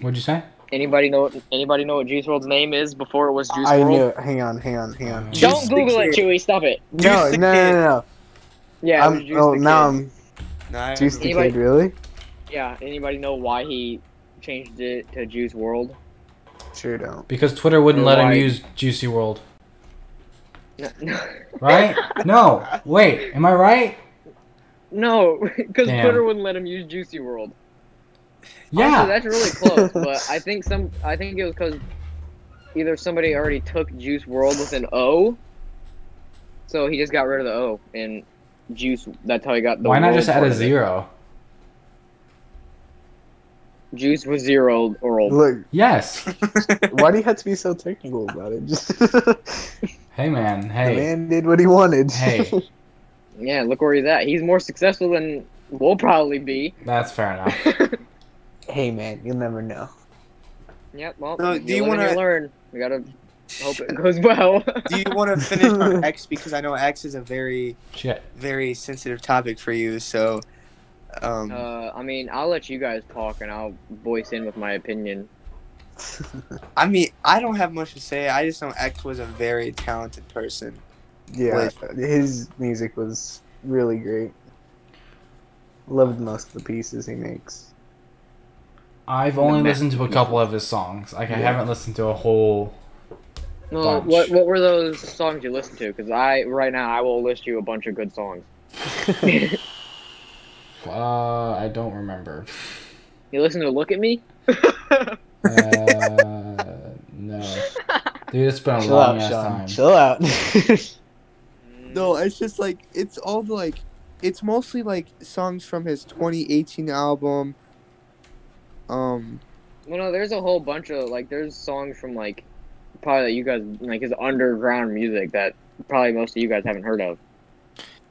Speaker 4: What'd you say?
Speaker 2: Anybody know? Anybody know what Juice World's name is before it was Juice
Speaker 3: I
Speaker 2: World?
Speaker 3: knew it. Hang on, hang on, hang on.
Speaker 4: Juice
Speaker 2: Don't
Speaker 1: the
Speaker 2: Google it,
Speaker 1: Kid.
Speaker 2: Chewy. Stop it.
Speaker 3: No,
Speaker 1: Juice the
Speaker 3: no, no,
Speaker 1: Kid.
Speaker 3: no, no.
Speaker 2: Yeah. it was
Speaker 3: I'm,
Speaker 2: Juice
Speaker 3: oh,
Speaker 2: the
Speaker 3: now
Speaker 2: Kid.
Speaker 3: I'm
Speaker 1: no? I
Speaker 3: Juice the
Speaker 1: remember-
Speaker 2: Anybody-
Speaker 3: Kid, really?
Speaker 2: Yeah. Anybody know why he changed it to Juice World?
Speaker 3: Sure don't.
Speaker 4: Because Twitter wouldn't
Speaker 2: Or
Speaker 4: let
Speaker 2: why-
Speaker 4: him use Juicy World,
Speaker 2: No,
Speaker 4: right? no. Wait, am I right?
Speaker 2: no, because
Speaker 4: Damn.
Speaker 2: Twitter wouldn't let him use Juicy World. Honestly,
Speaker 4: Yeah.
Speaker 2: that's really close, but I think some. I think it was because either somebody already took Juice World with an O, so he just got rid of the O and Juice. That's how he got the.
Speaker 4: Why not
Speaker 2: world
Speaker 4: just add
Speaker 2: part
Speaker 4: a
Speaker 2: of it.
Speaker 4: zero?
Speaker 2: Juice was zero world.
Speaker 3: Look,
Speaker 4: Yes.
Speaker 3: why do you have to be so technical about it? Just
Speaker 4: Hey man.
Speaker 3: the
Speaker 4: Hey.
Speaker 3: man did what he wanted.
Speaker 4: Hey.
Speaker 2: Yeah, look where he's at. He's more successful than we'll probably be.
Speaker 4: That's fair enough.
Speaker 3: hey, man, you'll never know.
Speaker 2: Yep. Well,
Speaker 1: So,
Speaker 2: you
Speaker 1: do you
Speaker 2: live and you
Speaker 1: wanna-
Speaker 2: learn? We gotta hope it goes well.
Speaker 1: do you want to finish on X because I know X is a very,
Speaker 4: Shit.
Speaker 1: very sensitive topic for you. So, um,
Speaker 2: uh, I mean, I'll let you guys talk, and I'll voice in with my opinion.
Speaker 1: I mean, I don't have much to say. I just know X was a very talented person.
Speaker 3: Yeah, his music was really great. Loved most of the pieces he makes.
Speaker 4: I've
Speaker 2: The
Speaker 4: only
Speaker 2: ma-
Speaker 4: listened to a couple of his songs. Like I
Speaker 3: Yeah.
Speaker 4: haven't listened to a whole.
Speaker 2: Well,
Speaker 4: Bunch.
Speaker 2: what what were those songs you listened to? Because I right now I will list you a bunch of good songs.
Speaker 4: Uh, I don't remember.
Speaker 2: You listen to "Look at Me."
Speaker 4: Uh, no. Dude, it's been a
Speaker 3: Chill out,
Speaker 4: long ass
Speaker 3: Sean.
Speaker 4: time.
Speaker 3: Chill out.
Speaker 1: No, it's just like it's all the, like it's mostly like songs from his 2018 album. Um,
Speaker 2: Well, no, there's a whole bunch of like there's songs from like probably that you guys like his underground music that probably most of you guys haven't heard of.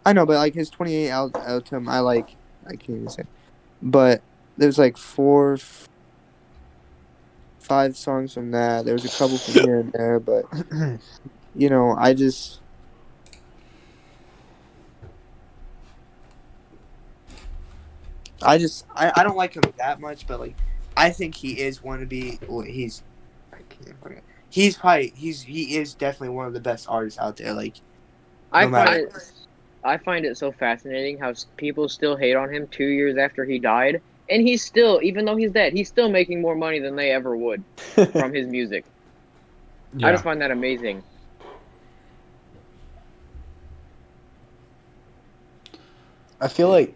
Speaker 1: I know, but like his 28 al- album, I like. I can't even say, but there's like four, f- five songs from that. There was a couple from here and there, but you know, I just I just I, I don't like him that much, but like I think he is one to be well, he's I can't fucking- he's probably he's he is definitely one of the best artists out there. Like
Speaker 2: I
Speaker 1: No matter-
Speaker 2: find it, I find it so fascinating how s- people still hate on him two years after he died, and he's still, even though he's dead, he's still making more money than they ever would from his music.
Speaker 4: Yeah.
Speaker 2: I just find that amazing.
Speaker 3: I feel like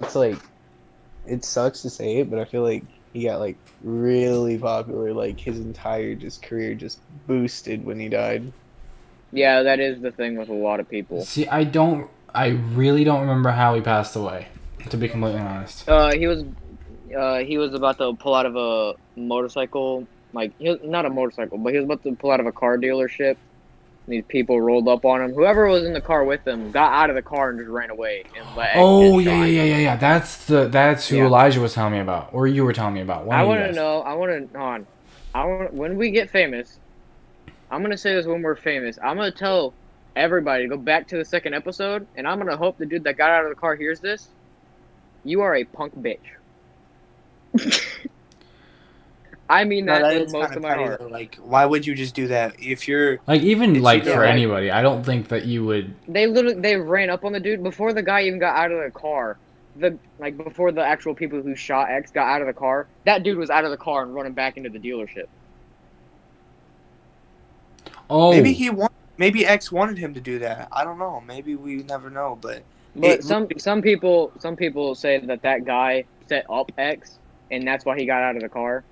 Speaker 3: it's like it sucks to say it, but I feel like he got like really popular. Like his entire just career just boosted when he died.
Speaker 2: Yeah, that is the thing with a lot of people.
Speaker 4: See, I don't. I really don't remember how he passed away. To be completely honest.
Speaker 2: Uh, he was, uh, he was about to pull out of a motorcycle, like he was, not a motorcycle, but he was about to pull out of a car dealership. These people rolled up on him. Whoever was in the car with him got out of the car and just ran away and let. X
Speaker 4: Oh
Speaker 2: get
Speaker 4: yeah, yeah,
Speaker 2: shot.
Speaker 4: yeah, yeah, yeah. That's the that's who
Speaker 2: Yeah.
Speaker 4: Elijah was telling me about, or you were telling me about. One
Speaker 2: I
Speaker 4: of you
Speaker 2: want to
Speaker 4: guys.
Speaker 2: know. I want to on. I want when we get famous, I'm gonna say this when we're famous. I'm gonna tell everybody to go back to the second episode, and I'm gonna hope the dude that got out of the car hears this. You are a punk bitch. I mean
Speaker 1: No,
Speaker 2: that,
Speaker 1: that
Speaker 2: with
Speaker 1: is
Speaker 2: most
Speaker 1: kinda
Speaker 2: of my
Speaker 1: petty,
Speaker 2: heart.
Speaker 1: though. Like, why would you just do that if you're?
Speaker 4: Like even
Speaker 1: Did you
Speaker 4: like
Speaker 1: go
Speaker 4: for
Speaker 2: back?
Speaker 4: anybody, I don't think that you would.
Speaker 2: They literally they ran up on the dude before the guy even got out of the car. The like before the actual people who shot X got out of the car, that dude was out of the car and running back into the dealership.
Speaker 4: Oh,
Speaker 1: Maybe he want, Maybe X wanted him to do that. I don't know. Maybe we never know. But
Speaker 2: But
Speaker 1: It-
Speaker 2: some some people some people say that that guy set up X and that's why he got out of the car.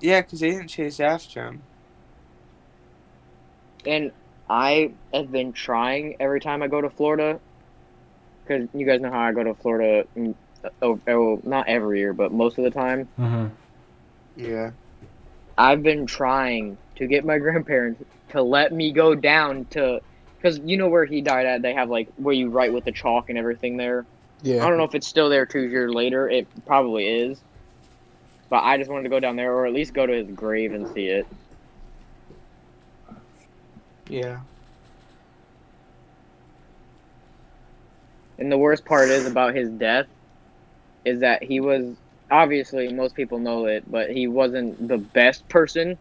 Speaker 1: yeah, because they didn't chase after him.
Speaker 2: And I have been trying every time I go to Florida, because you guys know how I go to Florida. mm, Oh, oh, not every year, but most of the time.
Speaker 4: Mhm.
Speaker 1: Yeah.
Speaker 2: I've been trying to get my grandparents to let me go down to, because you know where he died at. They have like where you write with the chalk and everything there.
Speaker 5: Yeah.
Speaker 2: I don't know if it's still there two years later. It probably is. But I just wanted to go down there, or at least go to his grave and see it.
Speaker 1: Yeah.
Speaker 2: And the worst part is about his death is that he was obviously most people know it, but he wasn't the best person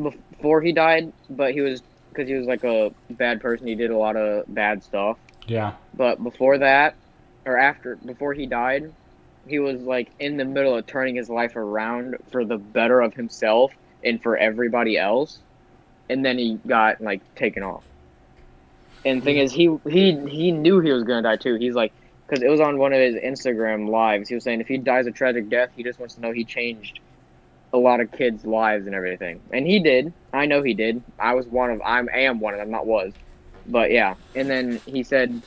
Speaker 2: before he died. But he was because he was like a bad person. He did a lot of bad stuff.
Speaker 4: yeah.
Speaker 2: But before that, or after before he died, he was like in the middle of turning his life around for the better of himself and for everybody else. And then he got like taken off. And the thing is, he he he knew he was gonna die too. He's like, because it was on one of his Instagram lives. He was saying if he dies a tragic death, he just wants to know he changed a lot of kids' lives and everything. And he did. I know he did. I was one of. I'm am one of them. Not was, but yeah. And then he said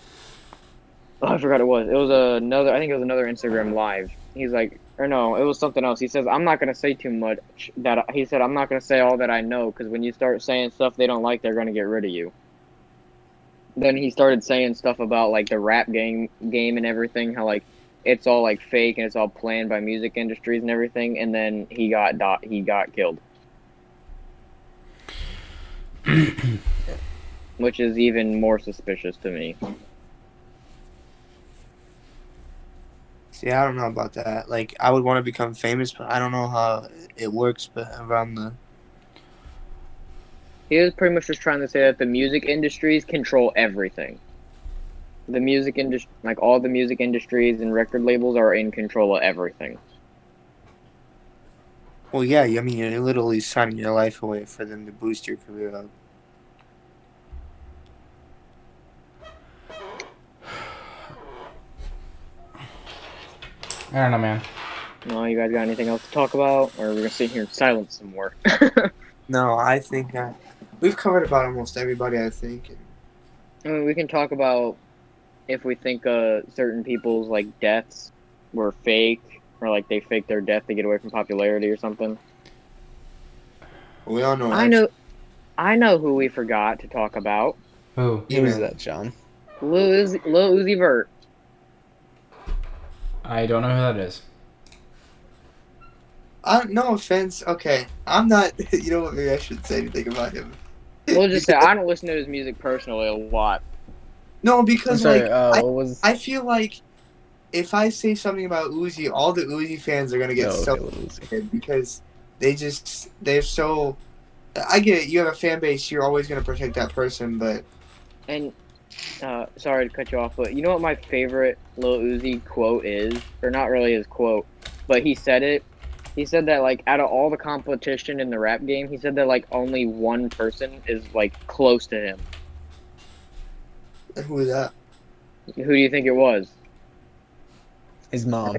Speaker 2: Oh, I forgot it was. It was another. I think it was another Instagram live. He's like, or no, it was something else. He says, "I'm not gonna say too much." That I-" he said, "I'm not gonna say all that I know because when you start saying stuff they don't like, they're gonna get rid of you." Then he started saying stuff about like the rap game game and everything, how like it's all like fake and it's all planned by music industries and everything. And then he got dot. He got killed. Which is even more suspicious to me.
Speaker 1: See, I don't know about that. Like, I would want to become famous, but I don't know how it works. But around the
Speaker 2: He was pretty much just trying to say that the music industries control everything. The music industry, like all the music industries and record labels, are in control of everything.
Speaker 1: well, yeah. I mean, you're literally signing your life away for them to boost your career up.
Speaker 4: I don't know, man.
Speaker 2: No, you guys got anything else to talk about, or we're gonna sit here in silence some more?
Speaker 1: No, I think uh we've covered about almost everybody. I think.
Speaker 2: I mean, we can talk about if we think uh, certain people's like deaths were fake, or like they faked their death to get away from popularity or something.
Speaker 1: We all know.
Speaker 2: I know, I know who we forgot to talk about.
Speaker 4: Who?
Speaker 5: Who was that, Sean?
Speaker 2: Lil Uzi, Lil Uzi Vert.
Speaker 4: I don't know who that is.
Speaker 1: I, no offense. Okay, I'm not. You know what? Maybe I shouldn't say anything about him.
Speaker 2: We'll just say I don't listen to his music personally a lot.
Speaker 1: No,
Speaker 5: I'm
Speaker 1: because
Speaker 5: sorry.
Speaker 1: like
Speaker 5: uh, what was?
Speaker 1: I feel like if I say something about Uzi, all the Uzi fans are gonna get
Speaker 5: No,
Speaker 1: so
Speaker 5: okay, what was it?
Speaker 1: offended because they just they're so. I get it. You have a fan base. You're always gonna protect that person, but
Speaker 2: And uh, sorry to cut you off, but you know what my favorite Lil Uzi quote is, or not really his quote, but he said it. He said that like out of all the competition in the rap game, he said that like only one person is like close to him.
Speaker 1: who is that?
Speaker 2: Who do you think it was?
Speaker 5: His mom.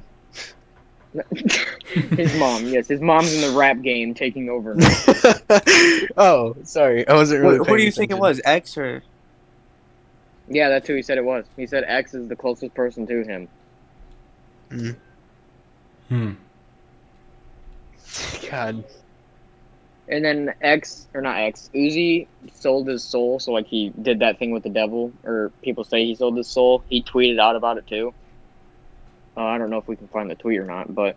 Speaker 2: his mom. Yes, his mom's in the rap game taking over.
Speaker 5: oh, sorry. I wasn't really. paying attention.
Speaker 1: X or?
Speaker 2: yeah, that's who he said it was. He said X is the closest person to him.
Speaker 4: Hmm.
Speaker 5: God.
Speaker 2: And then X or not X, Uzi sold his soul, so like he did that thing with the devil, or people say he sold his soul. He tweeted out about it too. Uh, I don't know if we can find the tweet or not, but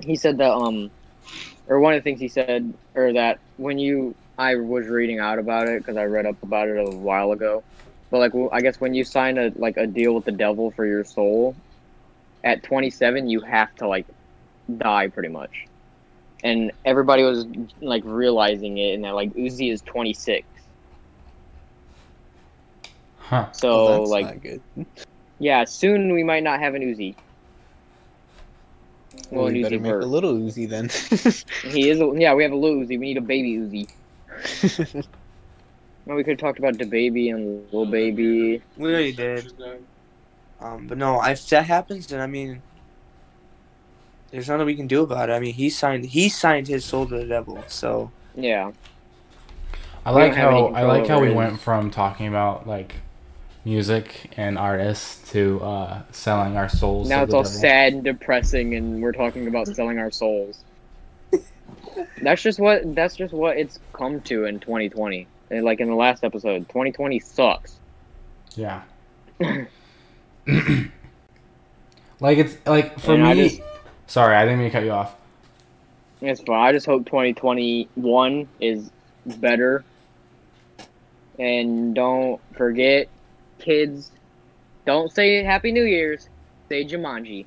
Speaker 2: he said that um or one of the things he said, or that when you, I was reading out about it because I read up about it a while ago, but like well, I guess when you sign a like a deal with the devil for your soul, at 27 you have to like die pretty much, and everybody was like realizing it, and that like Uzi is 26,
Speaker 4: Huh.
Speaker 2: so
Speaker 5: Well, Oh, that's
Speaker 2: like
Speaker 5: not good.
Speaker 2: yeah, soon we might not have an Uzi. Well,
Speaker 5: Well,
Speaker 2: an
Speaker 5: we better
Speaker 2: Uzi
Speaker 5: make a
Speaker 2: bird.
Speaker 5: little Uzi then.
Speaker 2: He is. A, yeah, we have a little Uzi. We need a baby Uzi. Well, we could have talked about the baby and little baby.
Speaker 1: We already did. Um, but no, if that happens, then I mean, there's nothing we can do about it. I mean, he signed he signed his soul to the devil, so
Speaker 2: Yeah,
Speaker 4: I
Speaker 2: We don't
Speaker 4: like
Speaker 2: have any
Speaker 4: how I
Speaker 2: control
Speaker 4: like how
Speaker 2: over
Speaker 4: we
Speaker 2: it.
Speaker 4: went from talking about like music and artists to uh, selling our souls.
Speaker 2: now
Speaker 4: to
Speaker 2: it's
Speaker 4: the
Speaker 2: all
Speaker 4: devil.
Speaker 2: sad and depressing, and we're talking about selling our souls. that's just what. That's just what it's come to in 2020. And like in the last episode, 2020 sucks.
Speaker 4: Yeah. like it's like for
Speaker 2: And I
Speaker 4: me.
Speaker 2: just-
Speaker 4: Sorry, I didn't mean to cut you off.
Speaker 2: It's fine. I just hope 2021 is better. And don't forget, kids, don't say Happy New Year's. Say Jumanji.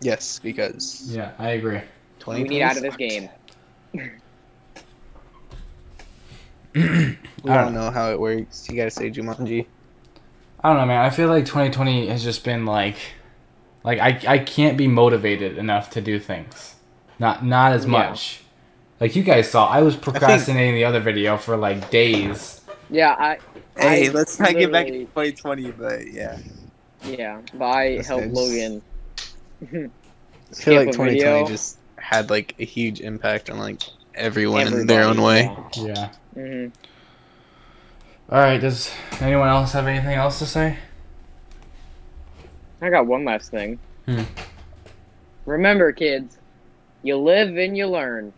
Speaker 5: yes, because
Speaker 4: Yeah, I agree.
Speaker 2: We need out of this game.
Speaker 5: We
Speaker 4: I
Speaker 5: I
Speaker 4: don't
Speaker 5: don't know how it works. You gotta say Jumanji.
Speaker 4: I don't know, man. I feel like 2020 has just been like, like I I can't be motivated enough to do things. Not not as
Speaker 2: Yeah.
Speaker 4: much. Like you guys saw, I was procrastinating the other video for like days.
Speaker 2: Yeah, I.
Speaker 1: hey,
Speaker 2: I
Speaker 1: let's not get back to
Speaker 2: literally-
Speaker 1: 2020. But yeah,
Speaker 2: Yeah, but I
Speaker 5: That's
Speaker 2: helped
Speaker 5: nice.
Speaker 2: Logan.
Speaker 5: I feel like
Speaker 2: Skip a
Speaker 5: 2020
Speaker 2: video.
Speaker 5: just had like a huge impact on like everyone in
Speaker 2: Everybody,
Speaker 5: their own way.
Speaker 4: Yeah.
Speaker 2: hmm
Speaker 4: All right. Does anyone else have anything else to say?
Speaker 2: I got one last thing.
Speaker 4: Hmm.
Speaker 2: Remember, kids, you live and you learn.